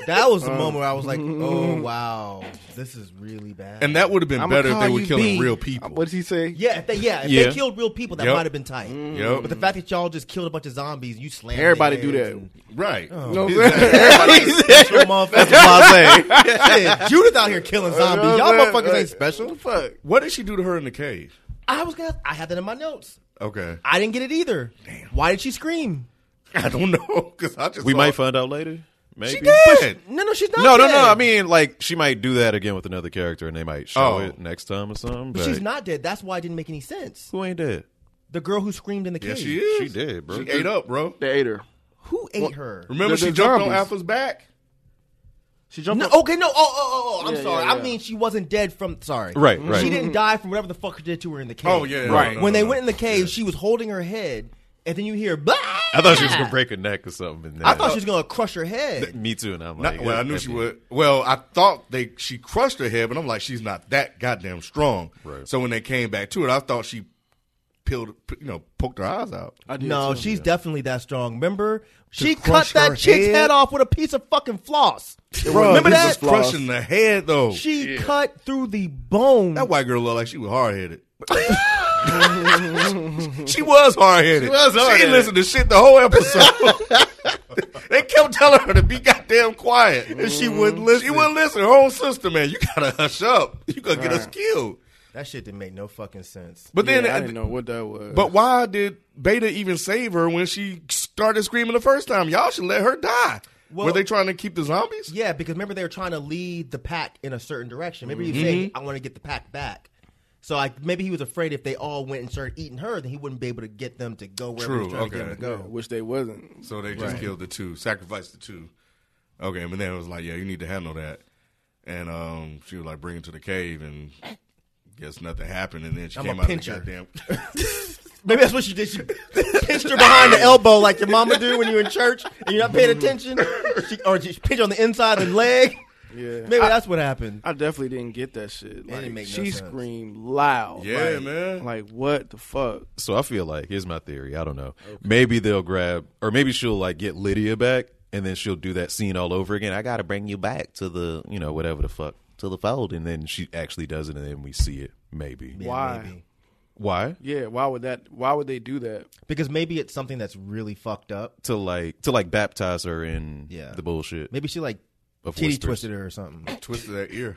S8: That was the
S2: Um.
S8: moment where I was like, oh wow, this is really bad.
S2: And that would have been
S7: I'ma
S2: better if
S7: call
S2: they were
S7: you
S2: killing
S7: B.
S2: real people.
S7: What did he say?
S8: yeah, if they, yeah, if
S2: Yeah. Mm-hmm.
S8: they killed real people, that
S2: Yep.
S8: might have been tight.
S2: Yep.
S8: But the fact that y'all just killed a bunch of zombies, you slammed
S7: Everybody do
S8: their
S7: that.
S8: heads
S2: Right.
S7: You know what I'm saying?
S8: Special motherfuckers. Shit, Judith out here killing zombies. Y'all motherfuckers ain't special.
S7: Fuck.
S2: What did she do to her in the cave?
S8: I was gonna. I had that in my notes.
S2: Okay.
S8: I didn't get it either. Why did she scream?
S2: I don't know because I just
S5: We
S2: saw-
S5: might find out later. Maybe.
S2: She did.
S8: No, no, she's not.
S5: No, no,
S8: dead.
S5: no. I mean, like she might do that again with another character, and they might show
S2: Oh.
S5: it next time or something. But,
S8: But she's not dead. That's why it didn't make any sense.
S5: Who ain't dead?
S8: The girl who screamed in the cave.
S2: Yeah, she is.
S5: She did, bro.
S2: She ate up, bro.
S7: They ate her.
S8: Who ate her?
S2: Remember,
S7: The-
S2: she
S7: the
S2: jumped on
S7: zombies.
S2: Alpha's back.
S7: She jumped.
S8: No,
S7: on-
S8: okay, no. Oh, oh, oh, oh. I'm
S7: Yeah,
S8: sorry.
S7: yeah,
S8: I
S7: yeah.
S8: mean, she wasn't dead from. Sorry.
S5: Right, right.
S8: She didn't die from whatever the fuck did to her in the cave.
S2: Oh, yeah, yeah,
S7: Right.
S2: no, no,
S8: when
S2: no,
S8: they
S2: no.
S8: went in the cave, she was holding her head, and then you hear. Bah!
S5: I thought she was gonna break her neck or something. And
S8: I thought she was gonna crush her head.
S5: Me too, and I'm
S2: Not-
S5: like,
S2: well, I
S5: that-
S2: knew
S5: that
S2: she
S5: bitch.
S2: would. Well, I thought they she crushed her head, but I'm like, she's not that goddamn strong.
S5: Right.
S2: So when they came back to it, I thought she peeled, you know, poked her eyes out.
S7: I did
S8: No,
S7: too.
S8: she's definitely that strong. Remember, she cut
S2: crush her
S8: that chick's head.
S2: head?
S8: off with a piece of fucking floss.
S7: Bro,
S8: Remember
S7: this
S8: that?
S7: was flawless.
S2: Crushing the head though.
S8: She cut through the bone.
S2: that white girl looked like she was hard headed. she was hard headed. She
S5: was hard-headed.
S2: didn't listen to shit the whole episode. they kept telling her to be goddamn quiet, and she
S7: Mm-hmm.
S2: wouldn't listen. She wouldn't listen. Her own sister, man, you gotta hush up. You gonna get us killed.
S8: That shit didn't make no fucking sense.
S2: But
S7: Yeah,
S2: then,
S7: I didn't know what that was.
S2: but why did Beta even save her when she started screaming the first time? Y'all should let her die.
S8: Well-
S2: Were they trying to keep the zombies?
S8: Yeah, because remember they were trying to lead the pack in a certain direction. Maybe he was saying, "I want to get the pack back." So I, maybe he was afraid if they all went and started eating her, then he wouldn't be able to get them to go wherever he was
S2: True,
S8: trying to
S2: okay.
S8: get them to go.
S7: Wish they wasn't.
S2: So they just killed the two, sacrificed the two. Okay, but then it was like, yeah, you need to handle that. And um, she was like, bring it to the cave, and guess nothing happened. And then she
S8: I'm
S2: came
S8: a
S2: out
S8: pincher.
S2: of the goddamn.
S8: Maybe that's what she did. She pinched her behind the elbow like your mama do when you're in church and you're not paying attention. She, or she pinched on the inside of the leg.
S7: Yeah.
S8: Maybe that's what happened.
S7: I definitely didn't get that shit. Like,
S8: didn't make no
S7: she
S8: sense.
S7: screamed loud.
S2: Yeah,
S7: like,
S2: man.
S7: Like what the fuck?
S5: So I feel like here's my theory. I don't know. Maybe they'll grab, or maybe she'll like get Lydia back, and then she'll do that scene all over again. I got to bring you back to the, you know, whatever the fuck, to the fold, and then she actually does it, and then we see it. Maybe
S7: why?
S5: why
S7: Yeah, why would that? Why would they do that?
S8: Because maybe it's something that's really fucked up.
S5: to like to like baptize her in
S8: Yeah.
S5: the bullshit?
S8: Maybe she like
S5: Of
S8: titty
S5: whispers.
S8: twisted her or something.
S2: twisted that ear.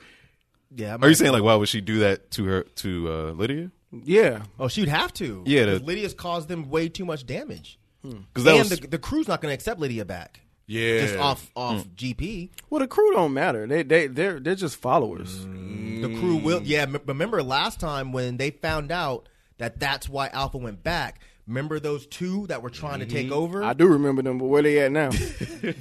S8: Yeah.
S5: Are you saying like why would she do that to her to uh, Lydia?
S7: Yeah,
S8: Oh, she'd have to.
S5: Yeah,
S8: 'Cause
S5: the-
S8: Lydia's caused them way too much damage.
S5: Because that
S8: and
S5: was
S8: the, the crew's not going to accept Lydia back.
S2: Yeah,
S8: Just off off
S5: Mm.
S8: GP.
S7: well, the crew don't matter. They they they're they're just followers.
S8: The crew will.
S7: Mm.
S8: Yeah. m- Remember last time when they found out that that's why Alpha went back. Remember those two that were trying to take over?
S7: Mm-hmm. I do remember them, but where they at now?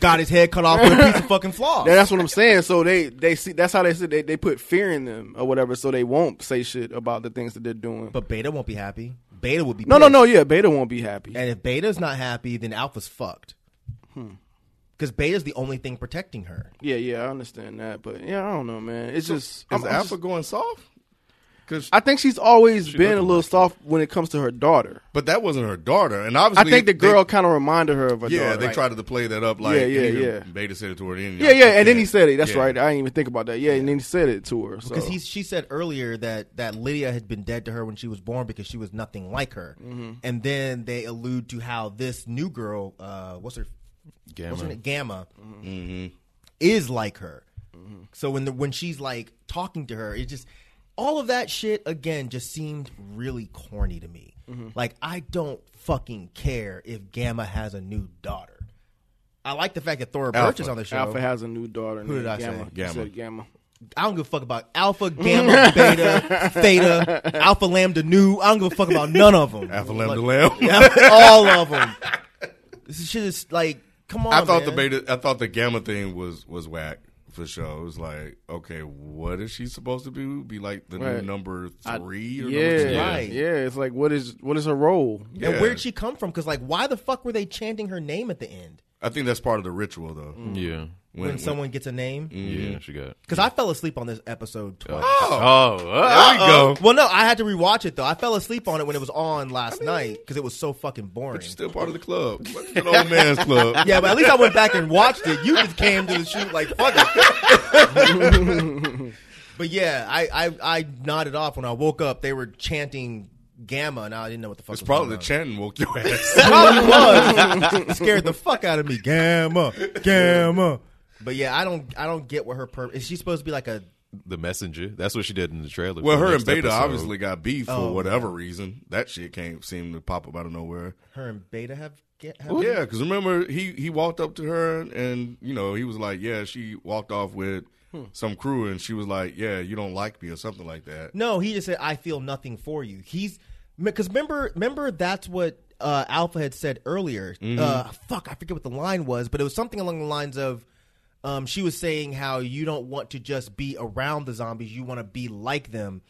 S8: Got his head cut off with a piece of fucking floss.
S7: Yeah, that's what I'm saying. So they they see that's how they said they, they put fear in them or whatever, so they won't say shit about the things that they're doing.
S8: But Beta won't be happy. Beta would be
S7: no, no,
S8: pissed.
S7: no. Yeah, Beta won't be happy.
S8: And if Beta's not happy, then Alpha's fucked.
S7: Hmm.
S8: Because Beta's the only thing protecting her.
S7: yeah, yeah, I understand that, but yeah, I don't know, man. It's just I'm,
S2: is
S7: I'm
S2: Alpha
S7: just-
S2: going soft? Because
S7: I think she's always been a little soft when it comes to her daughter.
S2: but that wasn't her daughter, and obviously
S7: I think the
S2: they-
S7: girl kind of reminded her of her
S2: yeah,
S7: daughter.
S2: they
S7: Like,
S2: tried to play that up. Like
S7: Yeah, yeah,
S2: and even
S7: yeah.
S2: Beta said it toward the end.
S7: Yeah, yeah, and then he said it. That's
S2: Yeah.
S7: right. I didn't even think about that. Yeah, and then he said it to her. So.
S8: Because he's she said earlier that, that Lydia had been dead to her when she was born because she was nothing like her.
S7: Mm-hmm.
S8: And then they allude to how this new girl, uh, what's her what's her
S5: Gamma.
S8: name? Gamma,
S7: Mm-hmm.
S8: Mm-hmm. is like her. So when the, when she's like talking to her, it just all of that shit again just seemed really corny to me.
S7: Mm-hmm.
S8: Like I don't fucking care if Gamma has a new daughter. I like the fact that Thora Birch is on the show.
S7: Alpha has a new daughter.
S8: Who
S7: named
S8: did I
S7: Gamma.
S8: say?
S7: You
S2: Gamma.
S7: said Gamma.
S8: I don't give a fuck about Alpha, Gamma, Beta, Theta, Alpha, Lambda, Nu. I don't give a fuck about none of them.
S2: Alpha Lambda Lamb.
S8: all of them. This shit is like, come on.
S2: I thought the
S8: man.
S2: beta, I thought the gamma thing was was whack for sure. It was like, okay, what is she supposed to do? Be like the new
S7: Right.
S2: number three? or
S7: Yeah,
S2: number two?
S8: Right.
S7: yeah. It's like what is what is her role?
S8: And
S2: Yeah.
S8: where'd she come from? Because like, why the fuck were they chanting her name at the end
S2: I think that's part of the ritual though.
S8: Mm.
S5: yeah
S8: when, someone gets a name?
S2: Mm.
S5: yeah she got.
S8: Because I fell asleep on this episode twice.
S5: Oh, there we go.
S8: Well, no, I had to rewatch it though. I fell asleep on it when it was on last night because it was so fucking boring.
S2: She's still part of the club, Fuck that old man's club.
S8: yeah, but at least I went back and watched it. You just came to the shoot like fuck it. but yeah, I, I I nodded off when I woke up. They were chanting gamma, and I didn't know what the fuck.
S2: It's
S8: was
S2: probably the
S8: going
S2: chanting woke your ass.
S8: on. probably was scared the fuck out of me. Gamma, gamma. But yeah, I don't I don't get what her purpose is. She supposed to be like a
S5: The messenger. That's what she did in the trailer.
S2: well,
S5: for the
S2: her and
S5: next
S2: Beta
S5: episode. Oh.
S2: obviously got beef for whatever reason. That shit came seem to pop up out of nowhere.
S8: her and Beta have. Get, have
S2: Yeah, 'cause yeah, because remember he he walked up to her and you know he was like, yeah, she walked off with
S8: Hmm.
S2: some crew, and she was like, yeah, you don't like me or something like that.
S8: No, he just said, "I feel nothing for you." He's because remember, remember that's what uh, Alpha had said earlier. Uh, fuck, I forget what the line was, but it was something along the lines of, um, she was saying how you don't want to just be around the zombies; you want to be like them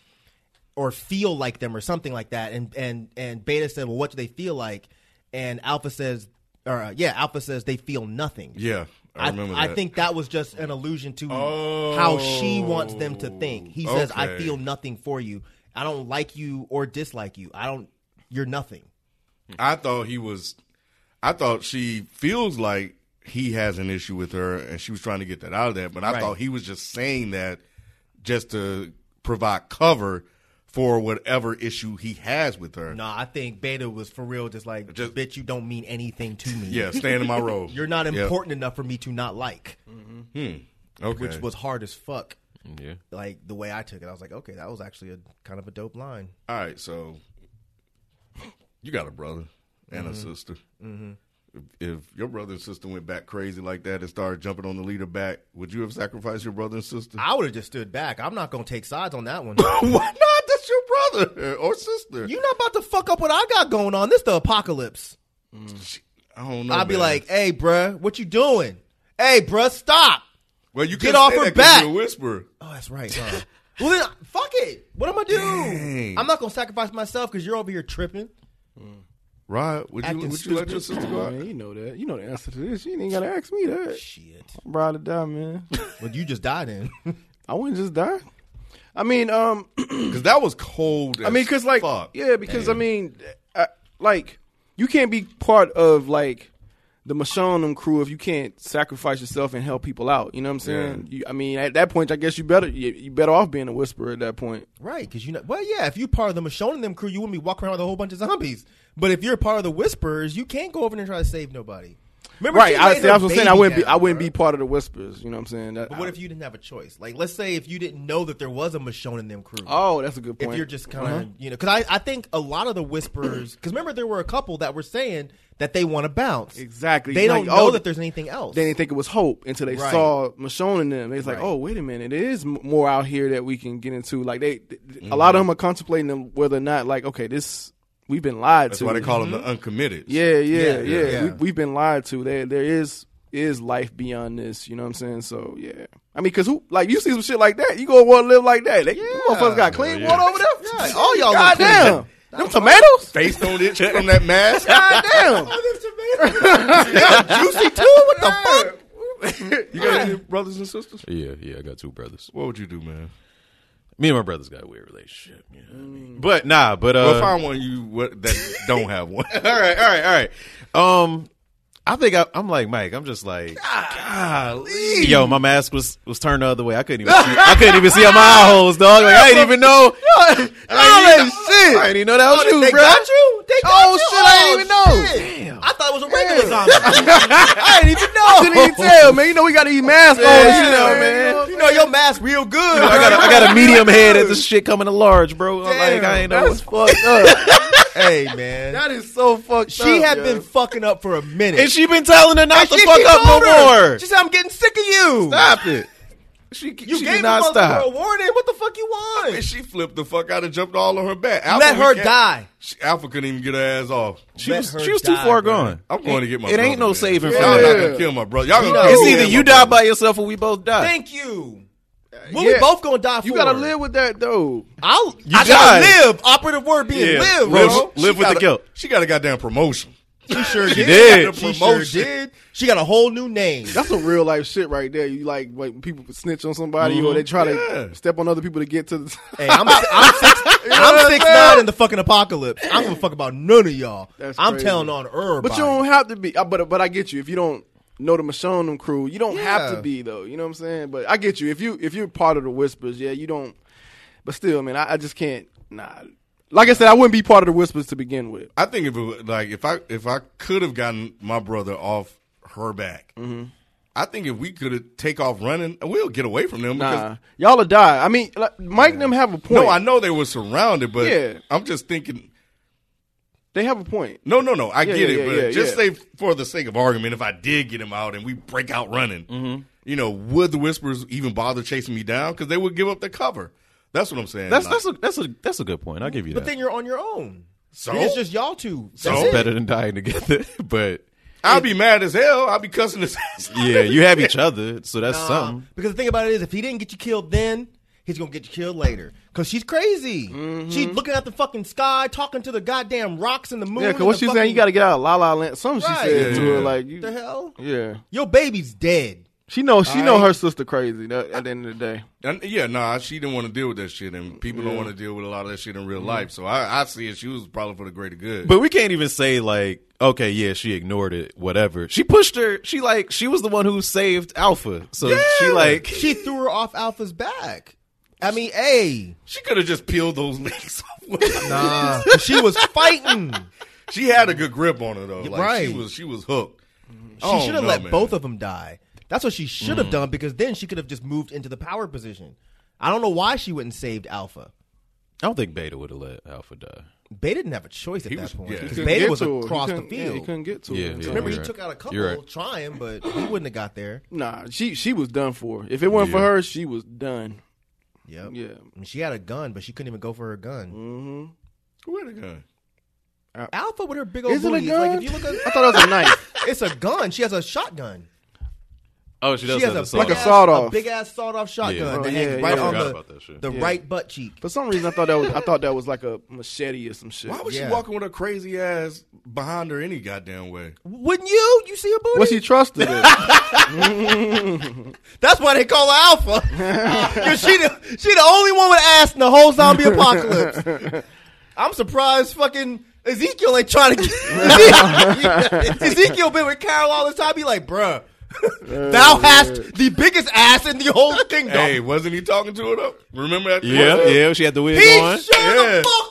S8: or feel like them or something like that. And and and Beta said, "Well, what do they feel like?" And Alpha says, "Or uh, yeah, Alpha says they feel nothing."
S2: Yeah, I,
S8: I,
S2: remember.
S8: I
S2: that.
S8: think that was just an allusion to
S2: Oh.
S8: how she wants them to think. He says, "I
S2: Okay.
S8: feel nothing for you. I don't like you or dislike you. I don't. You're nothing."
S2: I thought he was. I thought she feels like he has an issue with her, and she was trying to get that out of that. But I
S8: Right.
S2: thought he was just saying that just to provide cover for whatever issue he has with her.
S8: No, I think Beta was for real. Just like,
S2: Just-
S8: bitch, you don't mean anything to me.
S2: Yeah, staying in my role.
S8: you're not
S2: Yeah.
S8: important enough for me to not like,
S2: Okay.
S8: which was hard as fuck.
S5: Yeah.
S8: Like the way I took it, I was like, okay, that was actually a kind of a dope line.
S2: all right. So you got a brother and
S8: Mm-hmm.
S2: a sister. If if your brother and sister went back crazy like that and started jumping on the leader back, would you have sacrificed your brother and sister?
S8: I would have just stood back. I'm not gonna take sides on that one.
S2: Why not? That's your brother or sister.
S8: You're not about to fuck up what I got going on. This the apocalypse.
S2: I don't know.
S8: I'd be
S2: man.
S8: like, "Hey, bruh, what you doing?" hey, bruh, stop.
S2: Well, you
S8: Get
S2: couldn't
S8: off
S2: say
S8: her
S2: that 'cause
S8: back.
S2: you're a whisper.
S8: Oh, that's right. Huh? well, then, fuck it. What am I do?
S2: Dang.
S8: I'm not gonna sacrifice myself because you're over here tripping.
S2: Rod, would you
S8: Acting
S2: would you let your sister go out?
S7: Man, you know that. You know the answer to this. You ain't gotta ask me that.
S8: Shit.
S7: I'm proud to die, man.
S8: Well, you just died in.
S7: I wouldn't just die. I mean, um,
S2: Because that was cold.
S7: I mean,
S2: as
S7: because like,
S2: fuck.
S7: yeah, because I mean, I, like, you can't be part of like the Michonne crew if you can't sacrifice yourself and help people out. You know what I'm saying? You, I mean, at that point, I guess you better you, you better off being a whisperer at that point.
S8: Right, because you know, well, yeah. If you're part of the Michonne and them crew, you wouldn't be walking around with a whole bunch of zombies. But if you're part of the Whisperers, you can't go over there and try to save nobody. Remember, she
S7: right? I,
S8: laid
S7: see, I
S8: her
S7: was saying I
S8: baby
S7: wouldn't be
S8: down,
S7: I wouldn't
S8: bruh.
S7: be part of the whispers. You know what I'm saying? That-
S8: But what if you didn't have a choice? Like, let's say if you didn't know that there was a Michonne and them crew.
S7: Oh, that's a good point.
S8: If you're just kind of, you know, because I, I think a lot of the whisperers, because remember there were a couple that were saying that they want to bounce.
S7: Exactly.
S8: They
S7: Like,
S8: don't
S7: oh,
S8: know that there's anything else.
S7: they didn't think it was hope until they
S8: Right.
S7: saw Michonne and them. They was like,
S8: Right.
S7: oh, wait a minute, it is m- more out here that we can get into. Like they, th- th- a
S8: Mm-hmm.
S7: lot of them are contemplating them whether or not, like, okay, this we've been lied
S2: that's
S7: to.
S2: why they call them the uncommitted.
S7: yeah, yeah, yeah.
S8: Yeah, yeah, yeah.
S7: We, we've been lied to. There, there is is life beyond this. You know what I'm saying? So yeah, I mean, cause who like you see some shit like that, you go want to live like that. They, you motherfuckers got clean
S2: Yeah.
S7: water over there.
S8: Yeah, all y'all look clean.
S7: goddamn. Them tomatoes,
S2: Based on it from that mask.
S7: goddamn.
S2: juicy too. What the fuck? You got any brothers and sisters?
S5: Yeah, yeah, I got two brothers.
S2: What would you do, man?
S5: Me and my brothers got a weird relationship. You know what I
S8: Mm.
S5: mean? But nah, but uh,
S2: well, find one you what, that don't have one.
S5: all right, all right, all right. Um, I think I, I'm like Mike. I'm just like, golly. yo, my mask was was turned the other way. I couldn't even, see, I couldn't even see on my eye holes, dog. Like I didn't even know. I didn't even know-
S2: shit.
S5: I didn't even know that was you,
S8: Oh, they
S5: bro.
S8: got you. They got
S5: Oh,
S8: you.
S5: shit, I didn't
S8: shit.
S5: even know.
S8: I thought it was a regular zombie.
S5: I didn't even know.
S7: Didn't even tell man. You know we got these masks
S8: Oh,
S7: on.
S5: Yeah,
S7: you know, man.
S8: You know your mask real good.
S5: I got a, I got a medium head and this shit coming to large, bro. I'm like, I ain't know.
S7: That's fucked up.
S8: hey man,
S7: that is so fucked up.
S8: she had
S7: yo.
S8: been fucking up for a minute.
S5: And she been telling her not
S8: And
S5: to
S8: she-
S5: fuck
S8: she
S5: up no
S8: told her.
S5: more.
S8: She said, "I'm getting sick of you.
S5: Stop it. She,
S8: You
S5: she
S8: gave
S5: did
S8: the
S5: not stop.
S8: motherfucker a warning. What the fuck you want?
S2: And she flipped the fuck out and jumped all on her back.
S8: Let her
S2: can't-
S8: die.
S2: She, Alpha couldn't even get her ass off.
S5: She
S8: Let
S5: was,
S8: her
S5: she was too
S8: die,
S5: far
S8: bro.
S5: gone.
S2: I'm going to get my.
S5: It ain't
S2: brother,
S5: no
S2: man.
S5: saving for
S2: Y'all not
S5: that.
S2: gonna kill my brother. Y'all gonna
S8: No.
S2: kill
S5: It's
S2: me
S5: either
S2: and
S5: you
S2: my
S5: die
S2: brother.
S5: by yourself or we both die.
S8: Thank you. Well,
S7: yeah.
S8: we both gonna die.
S7: You
S8: for
S7: gotta
S8: it.
S7: live with that though.
S8: I'll
S5: You
S8: I
S5: died.
S8: gotta live. Operative word being
S5: Yeah.
S8: live,
S5: Live-
S8: bro.
S5: live
S2: She
S5: with
S2: got
S5: the
S2: a-
S5: guilt.
S2: She got a goddamn promotion.
S8: She sure
S5: She
S2: did.
S8: She sure
S2: Promotion.
S8: did. She got a whole new name.
S7: That's some real life shit right there. You like when people snitch on somebody or they try
S2: Yeah.
S7: to step on other people to get to the.
S8: Mm-hmm. Hey, I'm, I'm six, I'm six nine in the fucking apocalypse. I don't give a fuck about none of y'all.
S7: That's
S8: I'm
S7: crazy.
S8: telling on her.
S7: but you don't have to be. uh, But but I get you if you don't know the Michonne and crew. You don't have to
S8: Yeah.
S7: be though. You know what I'm saying? But I get you if you if you're part of the whispers. Yeah, you don't. But still, man, I, I just can't. Nah. Like I said, I wouldn't be part of the whispers to begin with.
S2: I think if it, was- like if I if I could have gotten my brother off her back,
S7: Mm-hmm.
S2: I think if we could have take off running, we'll get away from them. because-
S7: Nah, y'all will die. I mean, like, Mike and them have a point.
S2: no, I know they were surrounded, but
S7: Yeah.
S2: I'm just thinking.
S7: They have a point.
S2: No, no, no. I
S7: Yeah,
S2: get
S7: yeah,
S2: it,
S7: yeah,
S2: but
S7: yeah,
S2: just
S7: yeah.
S2: say for the sake of argument, if I did get him out and we break out running,
S7: Mm-hmm.
S2: you know, would the whisperers even bother chasing me down? Because they would give up their cover. That's what I'm saying.
S5: That's
S2: Like,
S5: that's a that's a that's a good point. I'll give you
S8: But
S5: that.
S8: then you're on your own.
S2: So?
S8: it's just y'all two. That's
S2: So?
S8: it.
S5: Better than dying together. but
S2: I'll be mad as hell. I'll be cussing his ass. out.
S5: yeah, you have each other, so that's something.
S8: Because the thing about it is, if he didn't get you killed then, he's gonna get you killed later. Cause she's crazy. She's looking at the fucking sky, talking to the goddamn rocks and the moon.
S7: Mm-hmm. Yeah,
S8: and
S7: because what
S8: the
S7: she
S8: fucking-
S7: saying, you got to get out of La La Land. Something
S8: Right.
S7: she said
S2: Yeah,
S7: to
S2: yeah,
S7: her,
S2: yeah.
S7: like, you,
S8: the hell?
S7: yeah,
S8: Your baby's dead.
S7: she knows she know her sister crazy. That, at the end of the day,
S2: And, yeah, nah, she didn't want to deal with that shit, and people don't want to deal with a lot of that shit in real life. So I, I see it. She was probably for the greater good.
S5: But we can't even say like, okay, yeah, she ignored it, whatever. She pushed her. She like she was the one who saved Alpha. So she like
S8: She threw her off Alpha's back. I mean, hey,
S2: she could have just peeled those legs off.
S8: nah, she was fighting.
S2: she had a good grip on her though. Like, She
S8: Right.
S2: was she was hooked.
S5: Oh,
S8: She should have let both of them die. That's what she should
S5: Mm.
S8: have done because then she could have just moved into the power position. I don't know why she wouldn't saved Alpha.
S5: I don't think Beta would have let Alpha die.
S8: Bay didn't have a choice at
S2: He
S8: that
S2: was-
S8: point
S2: yeah. He
S8: because
S2: couldn't
S8: Beta
S7: Get
S8: was
S7: to her. He
S8: across the
S7: couldn't- yeah,
S8: field.
S7: he couldn't get to
S5: Yeah,
S7: her. in
S5: yeah.
S7: time.
S8: Remember, he
S5: You're
S8: took out a couple
S5: You're right.
S8: trying, but he wouldn't have got there.
S7: Nah, she she was done for. If it weren't for her, she was done.
S8: Yep.
S7: Yeah, Mm.
S8: I mean, she had a gun, but she couldn't even go for her gun.
S2: Where the gun?
S8: Alpha with her big old
S7: Is it a
S8: booty.
S7: gun?
S8: Like if you look at,
S7: I thought it was a knife.
S8: it's a gun. She has a shotgun.
S5: Oh, she does
S8: she has
S5: have
S8: a
S5: the
S7: Like
S8: big
S7: a
S8: ass,
S7: sawed-off.
S8: big ass sawed off shotgun
S5: Yeah.
S8: that
S7: Oh,
S8: hangs
S7: yeah,
S8: right
S7: yeah. I
S8: on
S5: forgot
S8: the
S5: about that shit.
S8: the
S7: Yeah.
S8: right butt cheek.
S7: For some reason, I thought that was I thought that was like a machete or some shit.
S2: Why was
S8: Yeah.
S2: she walking with her crazy ass behind her any goddamn way?
S8: Wouldn't you? You see her booty?
S7: Was he trusted? It?
S8: That's why they call her Alpha. 'Cause she the, she the only one with ass in the whole zombie apocalypse. I'm surprised fucking Ezekiel ain't trying to get Ezekiel been with Carol all this time. Be like, bruh, thou hast the biggest ass in the whole kingdom.
S2: Hey, wasn't he talking to her though? Remember that?
S5: Yeah, yeah, she had the wig
S8: he
S5: on.
S8: sure
S2: Yeah.
S8: the fuck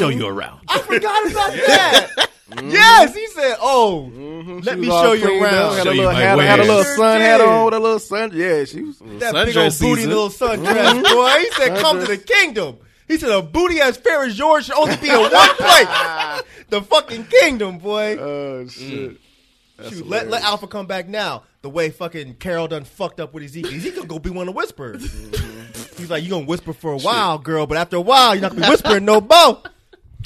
S5: you around.
S8: I forgot about that. Yes, he said, "Oh, let me
S7: Mm-hmm. was all
S8: show you
S7: cleaned up,
S8: around."
S7: Had
S5: Show
S7: a
S5: you
S7: little,
S5: my
S7: hat, had a
S5: wares.
S7: little
S8: Sure
S7: sun hat
S8: did.
S7: on with a little sun. Yeah, she was.
S8: That big
S5: Sundress
S8: old booty
S5: season.
S8: little
S7: Mm-hmm.
S8: sundress, boy. He said, "Come to the kingdom." He said, "A booty as fair as yours should only be in one place, the fucking kingdom, boy."
S7: Oh shit!
S8: Shoot, let, let Alpha come back now. The way fucking Carol done fucked up with Ezekiel, Ezekiel gonna be one of the whispers. He's like, "You gonna whisper for a while, girl, but after a while, you're not gonna be whispering no more."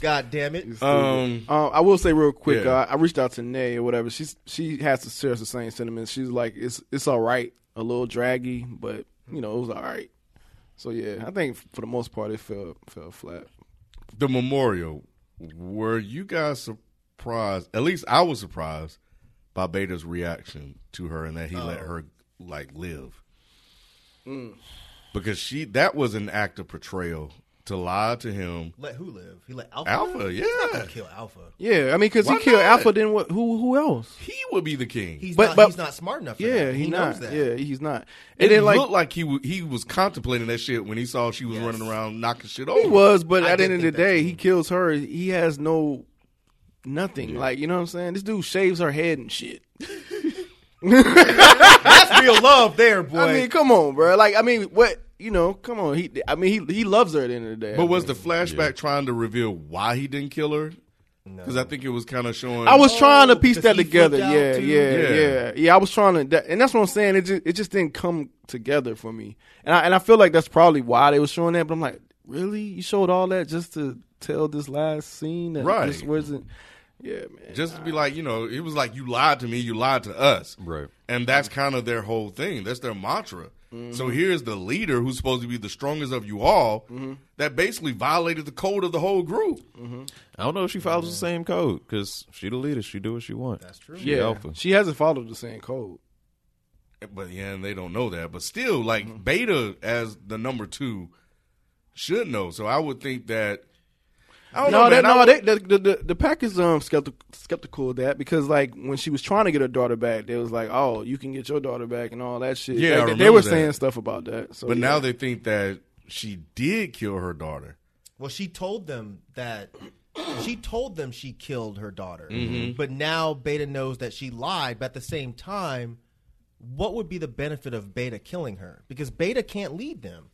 S8: God damn it!
S2: Um,
S7: Um, I will say real quick,
S2: Yeah.
S7: uh, I reached out to Nay or whatever. She's she has to share the same sentiments. She's like, it's it's all right, a little draggy, but you know it was all right. So yeah, I think for the most part it fell fell flat.
S2: the memorial. Were you guys surprised? At least I was surprised by Beta's reaction to her and that he
S7: Oh.
S2: let her like live.
S7: Mm.
S2: Because she that was an act of betrayal to lie to him.
S8: Let who live? He let Alpha.
S2: Alpha,
S8: live?
S2: yeah.
S8: He's not gonna kill Alpha.
S7: Yeah, I mean because he
S2: Why
S7: killed
S2: not?
S7: Alpha. Then what? Who who else?
S2: He would be the king.
S8: He's
S7: But-
S8: not.
S7: but-
S8: he's not smart enough. For
S7: Yeah,
S8: that.
S7: he,
S8: he
S7: not.
S8: knows that.
S7: Yeah, he's not.
S2: it
S7: And then like
S2: looked like he w- he was contemplating that shit when he saw she was
S8: Yes.
S2: running around knocking shit over.
S7: He was, but
S8: I
S7: at the
S8: did
S7: end of
S8: think
S7: the
S8: that
S7: day,
S8: too.
S7: he kills her. He has no nothing. Like you know what I'm saying? This dude shaves her head and shit.
S8: That's real love, there, boy.
S7: I mean, come on, bro. Like I mean, what you know? Come on. He, I mean, he he loves her at the end of the day.
S2: But was the flashback trying to reveal why he didn't kill her? Because I think it was kind of showing.
S7: I was trying to
S8: Oh,
S7: piece
S8: because
S7: that
S8: he
S7: together.
S8: flipped out
S7: Yeah,
S8: too.
S7: yeah,
S2: Yeah.
S7: yeah, yeah, I was trying to, that, and that's what I'm saying. It just it just didn't come together for me, and I and I feel like that's probably why they were showing that. But I'm like, really? You showed all that just to tell this last scene that
S2: Right.
S7: this wasn't? Yeah, man.
S2: just to be like, you know, it was like you lied to me, you lied to us,
S5: Right.
S2: And that's kind of their whole thing. That's their mantra. So here's the leader who's supposed to be the strongest of you all that basically violated the code of the whole group.
S5: I don't know if she follows the same code because she the leader. She do what she want. That's true. She
S7: Yeah,
S5: alpha.
S7: she hasn't followed the same code.
S2: But yeah, and they don't know that. But still, like Beta as the number two should know. So I would think that. I don't
S7: No,
S2: know,
S7: that,
S2: man. I
S7: no,
S2: would-
S7: they, the, the the the pack is um skeptical skeptical of that because like when she was trying to get her daughter back, they was like, oh, you can get your daughter back and all that shit.
S2: Yeah,
S7: Like,
S2: I
S7: they,
S2: remember
S7: were
S2: that.
S7: saying stuff about that. So
S2: But
S7: yeah.
S2: now they think that she did kill her daughter.
S8: well, she told them that. She told them she killed her daughter, but now Beta knows that she lied. But at the same time, what would be the benefit of Beta killing her? Because Beta can't lead them.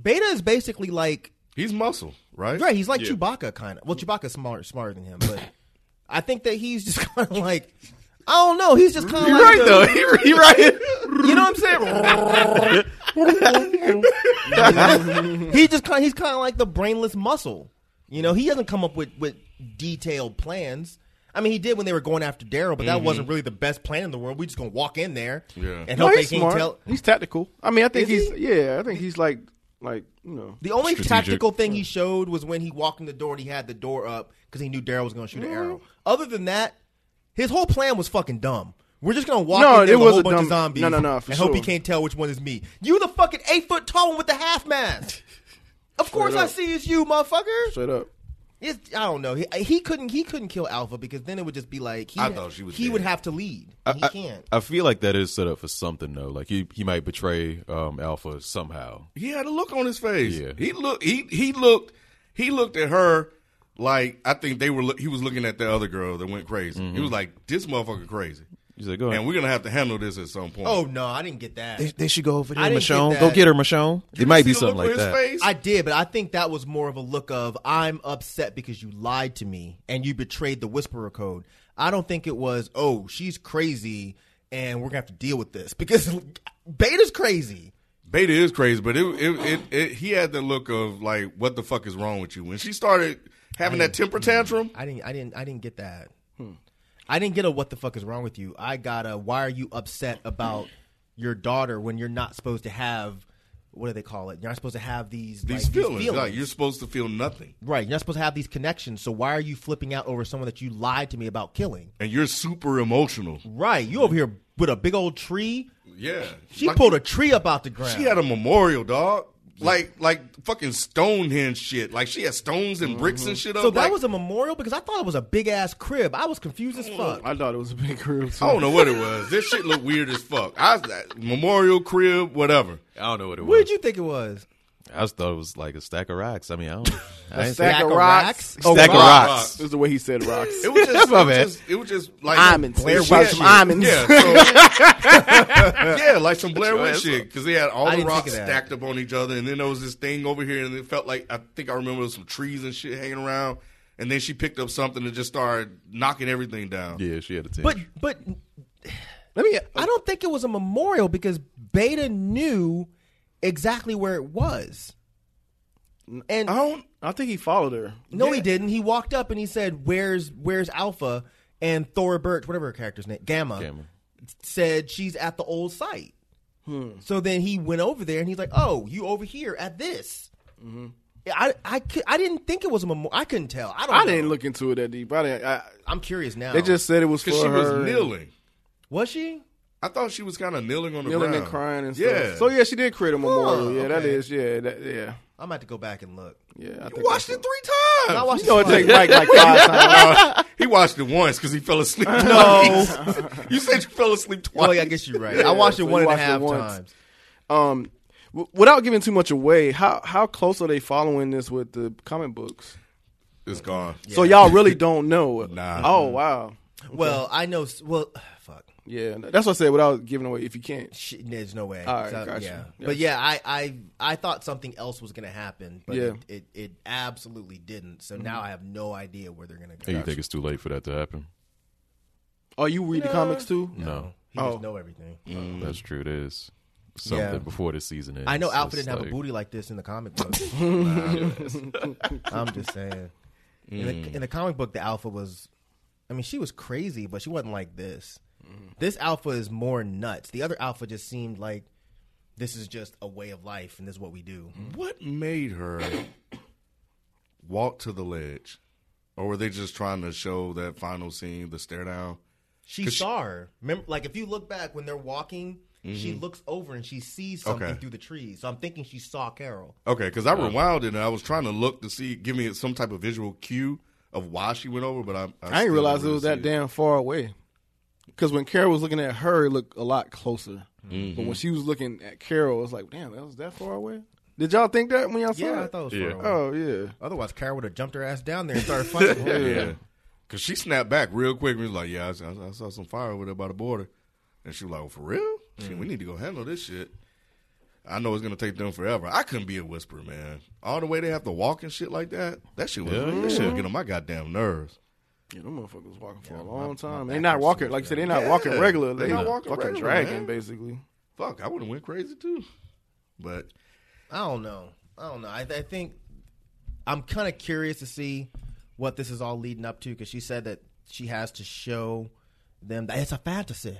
S8: Beta is basically like
S2: He's muscle, right?
S8: Right, he's like Chewbacca kind of. Well, Chewbacca's smarter smarter than him, but I think that he's just kind of like I don't know. He's just kind of like
S5: right
S8: the-
S5: though. He, he right.
S8: You know what I'm saying? he just kind he's kind of like the brainless muscle. You know, he doesn't come up with with detailed plans. I mean, he did when they were going after Daryl, but that wasn't really the best plan in the world. We just gonna walk in there
S2: Yeah.
S8: and
S7: No,
S8: hope they
S7: he's
S8: can
S7: smart.
S8: tell.
S7: He's tactical. I mean, I think
S8: Is
S7: he's yeah. I think he's like like you know.
S8: The only
S5: Strategic.
S8: tactical thing he showed was when he walked in the door and he had the door up because he knew Daryl was going to shoot
S2: Mm-hmm.
S8: an arrow. Other than that, his whole plan was fucking dumb. We're just gonna walk
S7: No,
S8: in there
S7: it
S8: with a
S7: was
S8: whole
S7: a
S8: bunch of
S7: dumb-
S8: zombies.
S7: no, no, no, for
S8: and hope he
S7: sure.
S8: can't tell which one is me. You the fucking eight foot tall one with the half mask. Of course I
S7: up.
S8: see it's you, motherfucker.
S7: Straight up.
S8: It's, I don't know. He, he couldn't. He couldn't kill Alpha because then it would just be like he,
S2: I thought she was
S8: he
S2: dead.
S8: would have to lead. And he can't.
S5: I feel like that is set up for something though. Like he he might betray um alpha somehow.
S2: He had a look on his face.
S5: Yeah.
S2: He looked. He he looked. He looked at her like I think they were. look- He was looking at the other girl that went crazy. He was like, "This motherfucker crazy,"
S5: Mm-hmm. He's like, go ahead.
S2: and we're gonna have to handle this at some point.
S8: oh no, I didn't get that.
S5: they, they should go over there,
S8: I didn't
S5: Michonne.
S8: get
S5: Go
S8: that.
S5: get her, Michonne. It might be something like
S2: his
S5: that.
S2: Face?
S8: I did, but I think that was more of a look of I'm upset because you lied to me and you betrayed the whisperer code. I don't think it was, oh, she's crazy and we're gonna have to deal with this because Beta's crazy.
S2: Beta is crazy, but it it, it it he had the look of like, "What the fuck is wrong with you?" When she started having that temper tantrum, Hmm.
S8: I didn't I didn't I didn't get that. I didn't get a what the fuck is wrong with you. I got a why are you upset about your daughter when you're not supposed to have what do they call it? You're not supposed to have these
S2: These
S8: like,
S2: feelings,
S8: These
S2: like
S8: feelings.
S2: you're supposed to feel nothing,
S8: right. You're not supposed to have these connections. So why are you flipping out over someone that you lied to me about killing?
S2: and you're super emotional.
S5: Mm.
S8: Right. You over here with a big old tree.
S2: Yeah,
S8: She
S2: Like,
S8: pulled a tree up out the ground.
S2: She had a memorial, dog. Like like fucking Stonehenge shit. Like she had stones and bricks and shit. Up.
S8: Mm-hmm. so that
S2: like,
S8: was a memorial because I thought it was a big ass crib. I was confused as fuck.
S7: I thought it was a big crib.
S2: I don't know what it was. This shit looked weird as fuck. I was like, memorial crib, whatever.
S5: I don't know what it
S8: What
S5: was.
S8: did you think it was?
S5: I just thought it was like a stack of rocks. I mean, I don't. I ain't
S7: Stack,
S8: Stack
S7: of
S8: of
S7: rocks.
S8: rocks?
S7: Oh,
S5: Stack of rocks.
S7: Is the way he said rocks.
S2: It was just,
S5: My
S2: it was
S5: bad.
S2: just, it was just like
S7: Almonds.
S2: Blair
S7: Shot
S2: Witch
S7: some
S2: shit.
S7: almonds.
S2: Yeah, so- yeah, like some Blair
S5: your
S2: Witch
S5: ass
S2: shit because they had all the
S8: I didn't think
S2: rocks
S8: of that.
S2: stacked up on each other, and then there was this thing over here, and it felt like I think I remember there was some trees and shit hanging around, and then she picked up something and just started knocking everything down.
S5: yeah, she had a ten.
S8: But but
S7: Let me.
S8: I don't think it was a memorial because Beta knew exactly where it was. And
S7: I don't. I think he followed her.
S8: no, he didn't. He walked up and he said, "Where's Where's Alpha?" And Thor Birch, whatever her character's name, Gamma,
S5: Gamma.
S8: said she's at the old site.
S7: Hmm.
S8: So then he went over there and he's like, "Oh, you over here at this?"
S7: Mm-hmm.
S8: I I cou- I didn't think it was a memorial. I couldn't tell. I don't.
S7: I
S8: know.
S7: didn't look into it that deep. I didn't. I,
S8: I'm curious now.
S7: they just said it was for
S2: because she was
S7: her.
S2: kneeling.
S8: was she?
S2: I thought she was kind of kneeling on the
S7: kneeling
S2: ground,
S7: and crying and stuff.
S2: yeah.
S7: So yeah, she did create a memorial. yeah, that
S8: okay.
S7: is. Yeah, that, yeah,
S8: I'm about to go back and look.
S7: yeah. I
S2: He
S7: think
S2: watched it
S7: that's
S2: three
S8: I
S2: times.
S8: watched
S7: You know it
S8: this
S7: takes
S8: fight.
S7: Mike like five times.
S2: Uh, he watched it once because he fell asleep. No, you said you fell asleep twice.
S8: Oh, yeah, I guess you're right. I watched
S7: so
S8: it
S7: you
S8: one and a
S7: watched it
S8: half
S7: once.
S8: times.
S7: Um, w- without giving too much away, how how close are they following this with the comic books?
S2: it's gone.
S7: So y'all really don't know.
S2: Nah.
S7: Oh wow.
S8: Well, I know. s- Well, fuck.
S7: Yeah, that's what I said. Without giving away, if you can't.
S8: Sh- There's no way.
S7: All right,
S8: So,
S7: gotcha.
S8: Yeah.
S7: Yeah.
S8: But yeah, I, I I thought something else was gonna happen, but
S7: Yeah. Mm-hmm.
S8: it, it, it absolutely didn't. So now I have no idea where they're gonna go.
S5: Hey, you think it's too late for that to happen?
S7: Oh, you read the comics too?
S5: No,
S8: He
S7: Oh.
S8: just know everything.
S5: that's true. It is something
S8: Mm. Yeah.
S5: before the season ends.
S8: I know
S5: It's
S8: Alpha didn't have
S5: like-
S8: a booty like this in the comic book. I'm just saying. In, the, in the comic book, the Alpha was, I mean, she was crazy, but she wasn't like this. This Alpha is more nuts. The other Alpha just seemed like this is just a way of life and this is what we do.
S2: What made her walk to the ledge? Or were they just trying to show that final scene, the stare down?
S8: She
S2: 'Cause she-
S8: saw her. Remember, like if you look back when they're walking, she looks over and she sees something
S2: Okay.
S8: through the trees. So I'm thinking she saw Carol.
S2: Okay, because I rewound it and I was trying to look to see, give me some type of visual cue of why she went over, but I I,
S7: I
S2: still
S7: didn't realize it
S2: really
S7: was
S2: see
S7: that damn far away. Because when Carol was looking at her, it looked a lot closer. But when she was looking at Carol, it was like, damn, that was that far away. Did y'all think that when y'all saw
S8: Yeah, I
S7: it?
S8: thought it was
S5: Yeah.
S8: far away.
S7: Oh yeah.
S8: Otherwise, Carol would have jumped her ass down there and started fighting.
S2: Yeah, because she snapped back real quick and was like, "Yeah, I, saw- I saw some fire over there by the border," and she was like, well, "For real? Shit,
S8: Mm.
S2: we need to go handle this shit." I know it's gonna take them forever. I couldn't be a whisper, man. All the way they have to walk and shit like that. That shit was that shit would get on my goddamn nerves.
S7: Yeah, them motherfuckers walking for a long time. They're not walking like you said. They're not walking
S2: Yeah,
S7: regular.
S2: they
S7: They
S2: not
S7: not
S2: walking
S7: fucking
S2: regular,
S7: dragging
S2: man.
S7: basically.
S2: Fuck, I would have went crazy too. But
S8: I don't know. I don't know. I, I think I'm kind of curious to see what this is all leading up to because she said that she has to show them that it's a fantasy.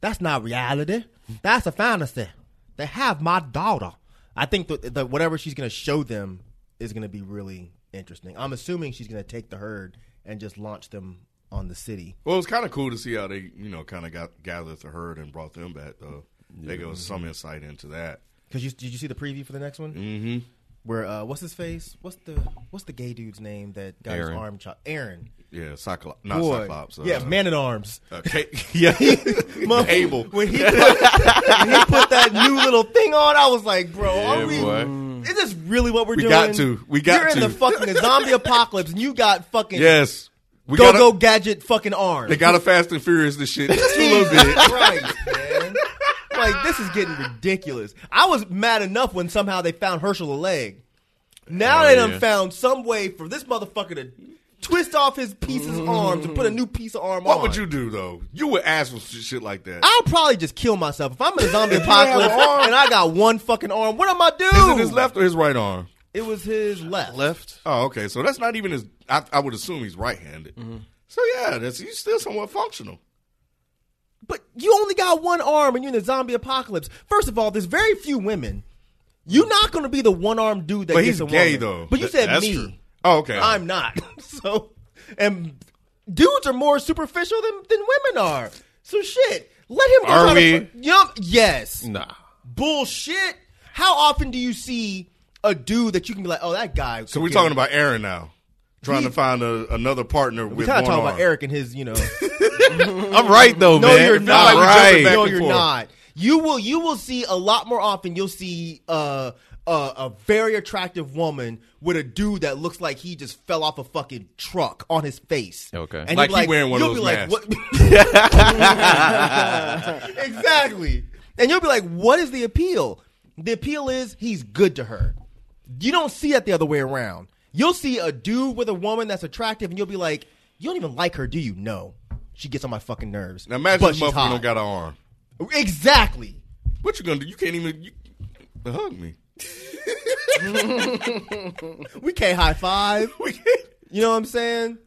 S8: That's not reality. That's a fantasy. They have my daughter. I think that that whatever she's going to show them is going to be really interesting. I'm assuming she's going to take the herd and just launch them on the city.
S2: well, it was kind of cool to see how they you know kind of got gathered the herd and brought them back though. They gave us some insight into that.
S8: Cause you did you see the preview for the next one? Mm-hmm. Where uh, what's his face? What's the what's the gay dude's name that got
S5: Aaron.
S8: his arm chopped? Aaron.
S2: Yeah, Cyclops, not
S8: Boy.
S2: Cyclops. Uh,
S8: yeah, man at arms.
S2: Okay. Yeah, Abel.
S8: When he, put, when he put that new little thing on, I was like, bro, are we,
S5: boy.
S8: is this really what we're
S2: We
S8: doing?
S2: got to. We got
S8: You're in
S2: to.
S8: the fucking zombie apocalypse and you got fucking
S2: Yes. We
S8: go
S2: gotta,
S8: go gadget fucking arms.
S2: They got to fast and furious this shit just a little bit.
S8: Christ, man. Like this is getting ridiculous. I was mad enough when somehow they found Herschel a leg. Now
S5: Oh,
S8: they done
S5: yeah.
S8: found some way for this motherfucker to twist off his piece's arm to put a new piece of arm
S2: What
S8: on.
S2: would you do though? You would ask for sh- shit like that.
S8: I'll probably just kill myself if I'm in a zombie
S2: you have an
S8: apocalypse
S2: arm-
S8: and I got one fucking arm. What am I
S2: Is
S8: doing?
S2: it his left or his right arm?
S8: It was his left.
S5: left.
S8: Mm-hmm.
S2: Oh, okay. So that's not even his. I, I would assume he's right-handed. So yeah, that's you still somewhat functional.
S8: But you only got one arm and you're in the zombie apocalypse. First of all, there's very few women. You're not going to be the one armed dude that
S2: But
S8: gets
S2: he's
S8: a
S2: gay
S8: woman.
S2: though.
S8: But you
S2: Th-
S8: said
S2: that's
S8: me.
S2: true. Oh, okay.
S8: I'm not. So, and dudes are more superficial than, than women are. So shit, let him. Go
S2: Are
S8: try to-
S2: we?
S8: Yup. Yes.
S5: Nah.
S8: Bullshit. How often do you see a dude that you can be like, oh, that guy?
S2: So we're talking about Aaron now, trying to find a, another partner
S8: We
S2: with one
S8: kind of talking
S2: arm.
S8: about Eric and his, you know.
S5: I'm right though,
S8: no,
S5: man.
S8: you're
S5: I'm
S8: not.
S5: right.
S8: No, you're not. You will. You will see a lot more often. You'll see uh, a a very attractive woman with a dude that looks like he just fell off a fucking truck on his face.
S5: Okay.
S8: you'll
S2: Like
S8: be
S2: he wearing one of
S8: you'll be
S2: those
S8: like,
S2: masks.
S8: what? exactly. And you'll be like, what is the appeal? The appeal is he's good to her. You don't see that the other way around. You'll see a dude with a woman that's attractive, and you'll be like, you don't even like her, do you? No. She gets on my fucking nerves.
S2: Now imagine
S8: But
S2: this
S8: she's
S2: motherfucker
S8: hot.
S2: don't got an arm.
S8: Exactly.
S2: What you gonna do? You can't even you, hug me.
S8: We can't high five. You know what I'm saying?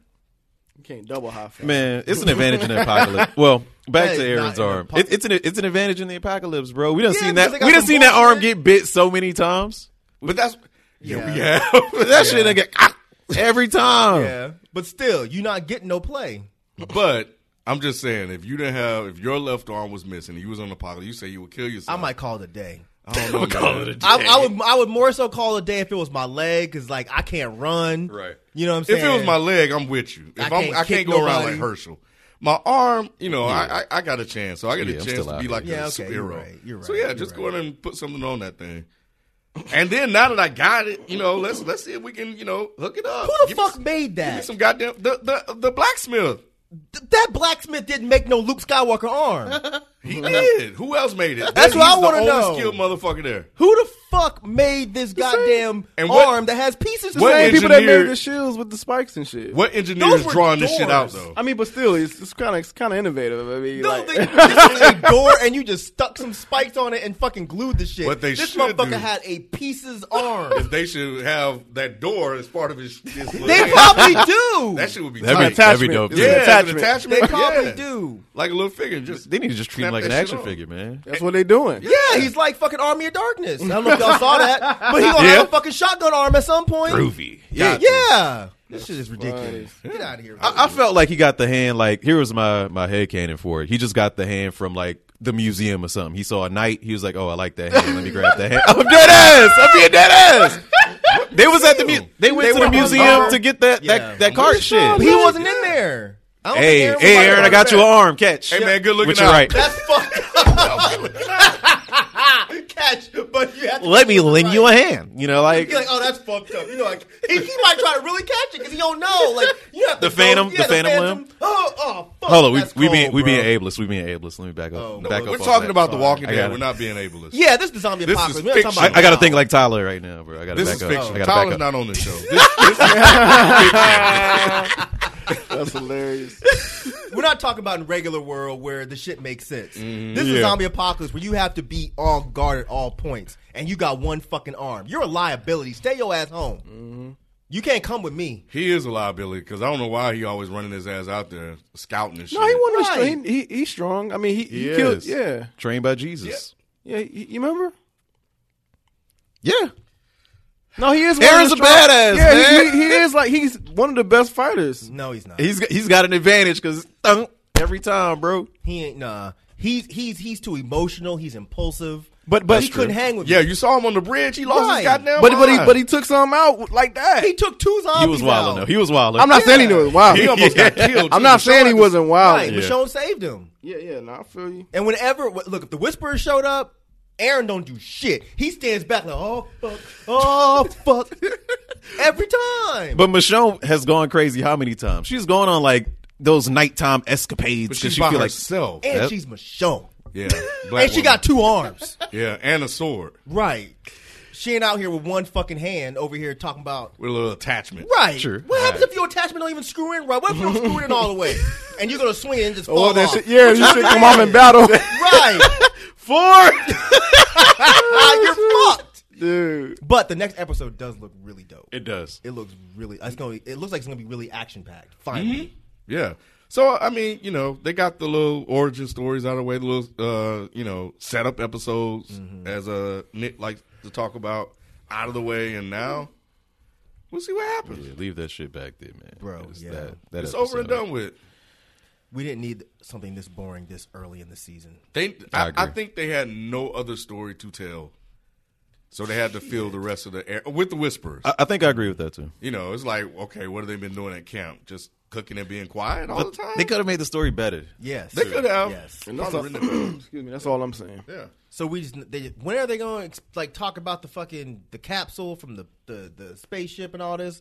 S7: You can't double high five.
S5: Man, it's an advantage in the apocalypse. Well, back
S8: That
S5: to
S8: is
S5: Aaron's
S8: not an
S5: arm.
S8: apo-
S5: It, it's an it's an advantage in the apocalypse, bro. We done
S8: Yeah,
S5: seen
S8: because
S5: that.
S8: they got
S5: We done
S8: some
S5: seen that arm
S8: bullshit.
S5: get bit so many times.
S2: But that's yeah, we have.
S5: That shit done get every time.
S8: But still, you're not getting no play.
S2: but I'm just saying, if you didn't have, if your left arm was missing, and you was on the pocket, you say you would kill yourself.
S8: I might call it a day.
S2: I don't know. man.
S8: I, I would I would more so call it a day if it was my leg because like I can't run.
S5: Right.
S8: You know what I'm
S2: If
S8: saying?
S2: it was my leg, I'm with you. If
S8: I
S2: I
S8: can't
S2: can't, I'm, I
S8: kick
S2: can't go around like
S8: nobody.
S2: Herschel. My arm, you know, I, I I got a chance, so I got
S5: Yeah, I'm
S2: a chance
S5: still
S2: to
S5: out
S2: be
S5: here.
S2: like
S8: Yeah,
S2: a
S8: okay,
S2: superhero.
S8: you're right, you're
S2: So
S8: right,
S2: yeah,
S8: you're
S2: just go
S8: right.
S2: in and put something on that thing. And then now that I got it, you know, let's let's see if we can, you know, hook it up.
S8: who the
S2: Give me
S8: fuck
S2: some-
S8: made
S2: Give me
S8: that?
S2: some goddamn the the, the blacksmith.
S8: Th- that blacksmith didn't make no Luke Skywalker arm.
S2: He did. Who else made it?
S8: That's what I wanna
S2: to
S8: know.
S2: Skilled motherfucker there.
S8: Who the fuck made this goddamn
S2: And what-
S8: arm that has pieces?
S2: what
S8: to
S7: Same
S8: it?
S7: people that
S2: engineered-
S7: made the shields with the spikes and shit.
S2: What
S8: Those
S2: engineers
S8: were
S2: drawing this shit out
S8: doors.
S2: though?
S7: I mean, but still, it's, it's kind of it's kind of innovative. I mean,
S8: No,
S7: like,
S8: they this is a door and you just stuck some spikes on it and fucking glued the shit.
S2: What they
S8: this
S2: should
S8: motherfucker
S2: do-
S8: had a pieces arm.
S2: They should have that door as part of his. his
S8: they probably do.
S2: that shit would be
S5: That'd
S2: tight.
S5: be, that'd be
S7: Attachment.
S5: dope.
S2: Yeah,
S5: too.
S2: as an
S7: Attachment.
S2: attachment.
S8: they probably
S2: yeah.
S8: do.
S2: Like a little figure. Just
S5: They need to just treat him
S2: Snap
S5: like an
S2: that shit
S5: action
S2: on.
S5: figure, man.
S7: that's what they doing.
S8: Yeah, he's like fucking Army of Darkness. I don't know if y'all saw that, but he gonna have a fucking shotgun arm at some point.
S5: Yeah.
S8: Yeah, this shit is ridiculous. Get out of here. bro.
S5: I, I felt like he got the hand. Like here was my my head cannon for it. He just got the hand from like the museum or something. He saw a knight. He was like, "Oh, I like that hand. Let me grab that hand." I'm dead ass. I'm being dead ass. They was at the mu- they went
S8: They
S5: to
S8: were
S5: the
S8: on
S5: museum
S8: guard.
S5: to get that
S8: Yeah.
S5: that, that card shit.
S8: he wasn't in there. I don't
S5: Hey,
S8: think
S5: hey,
S8: was
S5: Aaron, I
S8: like
S5: got
S8: that.
S5: you an arm catch.
S2: Hey, man, good looking
S5: With your
S2: out.
S5: right.
S8: That's fucked up. Catch, but you have to
S5: Let me lend you a
S8: hand.
S5: hand. You know, like
S8: You're like, oh, that's fucked up. You know, like he, he might try to really catch it because he don't know. Like you have to
S5: The phantom-
S8: go,
S5: the phantom limb?
S8: Oh, oh, fuck.
S5: hold on, we
S8: that's
S5: we
S8: cold,
S5: being we
S8: bro.
S5: being ableist. We being ableist. Let me back up. back up
S2: Oh, We're
S5: off
S2: talking
S5: that.
S2: about The Walking
S5: I got
S2: Dead.
S5: it.
S2: We're not being ableist.
S8: Yeah, this is the zombie
S2: This is
S8: apocalypse. We're not talking
S2: fiction.
S8: about
S5: I, I got to think like Tyler right now, bro. I got to
S2: This
S5: back
S2: is
S5: up.
S2: fiction.
S5: I gotta back
S2: Tyler's
S5: up.
S2: not on the show. This,
S7: That's hilarious.
S8: we're not talking about in regular world where the shit makes sense.
S5: Mm-hmm.
S8: This is zombie apocalypse where you have to be on guard at all points, and you got one fucking arm. You're a liability. Stay your ass home.
S5: Mm-hmm.
S8: You can't come with me.
S2: he is a liability because I don't know why he always running his ass out there scouting and shit.
S7: No, he wasn't
S8: Right.
S7: strong. He, he, he's strong. I mean, he, he,
S5: He
S7: killed.
S5: is.
S7: Yeah,
S5: Trained by Jesus.
S7: yeah. You, you remember?
S5: Yeah.
S7: No, he is. one
S5: Aaron's
S7: of the
S5: a
S7: strong-
S5: badass,
S7: Yeah, he-
S5: man.
S7: He, he is like he's one of the best fighters.
S8: No, he's not.
S5: He's he's got an advantage because every time, bro.
S8: He ain't. Nah. He's he's he's too emotional. He's impulsive.
S7: But- but-
S8: he couldn't hang with me.
S2: Yeah, you saw him on the bridge. He lost
S8: Right.
S2: his goddamn
S7: But but he
S2: mind.
S7: but he took some out like that.
S8: He took two zombies.
S5: He was wilding though.
S8: out.
S5: He was wilding.
S7: I'm not saying he was wild.
S2: He almost got killed.
S7: I'm
S2: too.
S7: not
S2: Deshaun
S7: saying he
S2: had to-
S7: wasn't wild.
S8: Right, Michonne saved him.
S7: Yeah, yeah. No, I feel you.
S8: And whenever wh- look, if the Whisperer showed up, Aaron don't do shit. He stands back like, oh fuck, oh fuck, every time.
S5: But Michonne has gone crazy. How many times? She's gone on like those nighttime escapades
S2: But
S5: 'cause
S2: she's
S5: she
S2: by
S5: feel like
S2: herself.
S8: and
S5: Yep.
S8: she's Michonne,
S2: yeah,
S8: and she got two arms.
S2: Yeah, and a sword
S8: right. She ain't out here with one fucking hand over here talking about.
S2: with a little attachment.
S8: Right.
S5: Sure.
S8: What happens if your attachment don't even screw in right? What if you don't screw it in all the way, and you're gonna swing it and just fall
S7: Oh, that
S8: off?
S7: shit. Yeah, you should come on in battle,
S8: Right.
S5: four.
S8: you're fucked.
S7: dude.
S8: But the next episode does look really dope.
S5: It does.
S7: Mm-hmm.
S8: It looks really. It's gonna. It looks like it's gonna be really action packed. Finally,
S2: Yeah. So I mean, you know, they got the little origin stories out of the way, the little uh, you know setup episodes
S5: Mm-hmm.
S2: as a Nick likes to talk about out of the way, and now we'll see what happens.
S5: Yeah, leave that shit back there, man.
S8: Bro,
S5: It's
S8: yeah.
S5: that, that
S2: It's over and
S5: episode.
S2: done with.
S8: We didn't need something this boring this early in the season.
S2: They,
S5: I
S2: I, I,
S5: agree.
S2: think they had no other story to tell, so they had to fill the rest of the air with the whispers.
S5: I, I think I agree with that too.
S2: you know, it's like okay, what have they been doing at camp? Just cooking and being quiet all the time.
S5: They could have made the story better.
S8: Yes.
S2: They could have.
S8: Yes.
S2: Probably written it down.
S7: Excuse me. That's all I'm saying.
S2: yeah.
S8: So we just they, when are they going to like talk about the fucking the capsule from the the, the spaceship and all this?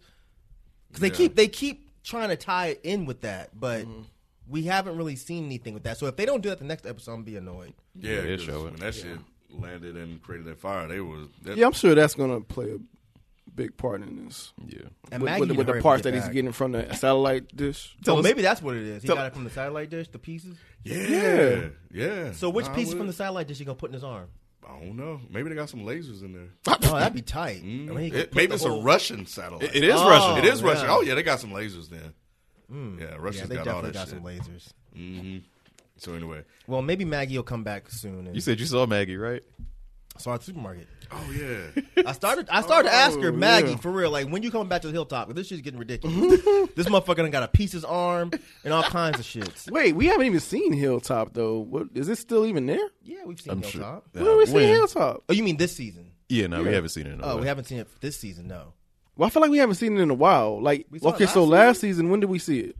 S8: Because they
S2: Yeah.
S8: keep they keep trying to tie it in with that, but
S7: Mm-hmm.
S8: we haven't really seen anything with that. So if they don't do that the next episode, I'm gonna be annoyed.
S2: Yeah,
S5: they
S2: 'cause
S5: show it.
S2: When that shit landed and created that fire, they was that,
S7: Yeah, I'm sure that's gonna play a big part in this.
S5: Yeah.
S8: And
S7: With,
S8: Maggie
S7: with,
S8: need
S7: with
S8: to hurry
S7: the
S8: up
S7: parts
S8: and get
S7: that he's
S8: back.
S7: getting from the satellite dish.
S8: So maybe that's what it is. He
S7: tell
S8: got
S7: us-
S8: it from the satellite dish, the pieces.
S2: yeah, yeah.
S8: So which
S2: I
S8: pieces
S2: would-
S8: from the satellite dish he gonna put in his arm?
S2: I don't know. Maybe they got some lasers in there.
S8: Oh, that'd be tight. I mean, he could
S2: Mm. It-
S8: put
S2: maybe
S8: the
S2: it's
S8: whole-
S2: a Russian satellite.
S5: It is Russian.
S2: It is
S8: yeah. Hmm.
S2: Russian. Oh yeah, they got some lasers there. yeah,
S8: Yeah,
S2: Russia's
S8: they
S2: got all
S8: definitely
S2: that
S8: got
S2: shit.
S8: some lasers.
S2: so anyway,
S8: Well, maybe Maggie will come back soon. And
S5: You said you saw Maggie, right?
S8: saw the supermarket.
S2: oh yeah,
S8: I started. I started to ask her,
S7: Oh,
S8: Maggie,
S7: yeah.
S8: for real. Like, when you coming back to the hilltop? This shit's getting ridiculous. this motherfucker done got a piece his arm and all kinds of shit.
S7: Wait, we haven't even seen Hilltop though. What is it still even there?
S8: Yeah, we've seen hilltop.
S7: When do we see
S5: When?
S7: Hilltop?
S8: Oh, you mean this season?
S5: Yeah, no, we haven't seen it. In a
S8: Oh,
S5: while.
S8: we haven't seen it this season. No,
S7: Well, I feel like we haven't seen it in a while. Like,
S8: We saw it
S7: okay,
S8: last
S7: so last season, when did we see it?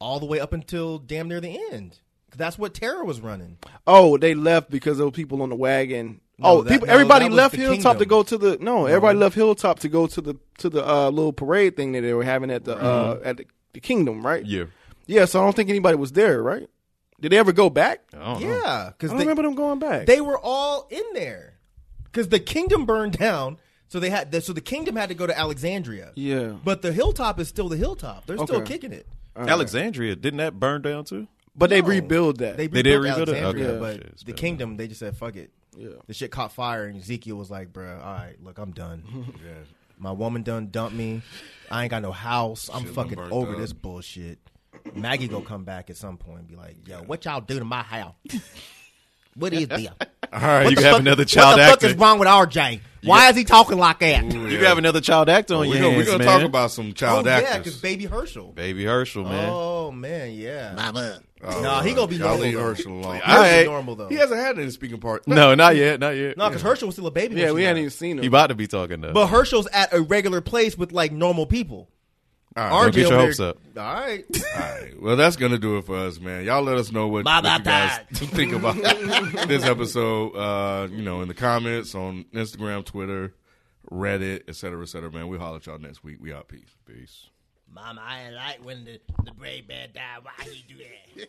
S8: all the way up until damn near the end. 'Cause That's what Tara was running.
S7: Oh, they left because there were people on the wagon.
S8: No,
S7: oh,
S8: that-
S7: people,
S8: no,
S7: everybody
S8: that was
S7: left
S8: the
S7: Hilltop to
S8: kingdom.
S7: go to the no, Everybody left Hilltop to go to the to the uh, little parade thing that they were having at the uh,
S8: Mm-hmm.
S7: at the, the kingdom, right?
S5: Yeah.
S7: yeah. So I don't think anybody was there, right? Did they ever go back? I
S5: I don't know.
S8: Yeah, because
S7: don't remember them going back.
S8: they were all in there because the kingdom burned down. So they had so the kingdom had to go to Alexandria.
S7: Yeah.
S8: but the hilltop is still the hilltop. They're still
S7: Okay.
S8: kicking it.
S5: Alexandria didn't that burn down too?
S7: but they
S8: No.
S7: rebuild that.
S8: They,
S5: They did
S8: rebuilt
S5: rebuild it?
S8: Alexandria,
S5: Okay.
S8: but
S5: Shit, it's
S8: the
S5: been-
S8: kingdom they just said fuck it.
S7: Yeah.
S8: The shit caught fire, and Ezekiel was like, "Bruh, all right, look, I'm done.
S2: yeah.
S8: My woman done dumped me. I ain't got no house. I'm
S2: Shit, I'm
S8: fucking
S2: burnt
S8: over
S2: up."
S8: this bullshit." Maggie gonna come back at some point and be like, "Yo, what y'all do to my house? What is this?
S5: All right, you
S8: the
S5: can have
S8: fuck-
S5: another child
S8: What the
S5: actor.
S8: fuck is wrong with RJ? Why is he talking like that?
S5: You can have another child actor on
S2: We're
S5: your
S2: gonna, we're
S5: hands,
S2: gonna
S5: man.
S2: talk about some
S8: Oh
S2: child
S8: yeah, because
S2: actors.
S8: Baby Herschel.
S5: Baby Herschel, man.
S8: Oh man, yeah.
S6: Mama.
S2: Oh,
S8: nah, he gonna be
S2: y'all
S8: normal,
S2: leave
S8: though.
S2: Herschel alone.
S5: All right.
S8: normal though.
S2: He hasn't had any speaking part.
S5: No, not yet, not yet.
S8: no, because Herschel was still a baby. when
S7: yeah,
S8: she
S7: we
S8: died.
S7: hadn't even seen
S5: You
S7: them.
S5: about to be talking though.
S8: But Herschel's at a regular place with like normal people.
S2: All right.
S5: Don't get your
S8: over
S5: hopes
S8: there-
S5: up.
S8: All right.
S2: All right. Well, that's gonna do it for us, man. Y'all let us know what,
S8: Bye,
S2: what you guys
S8: bye,
S2: think about this episode. Uh, you know, in the comments on Instagram, Twitter, Reddit, et cetera, et cetera. Man, we will holler at y'all next week. We out. Peace. Peace.
S8: Mama, I like when the, the brave man died. Why he do that?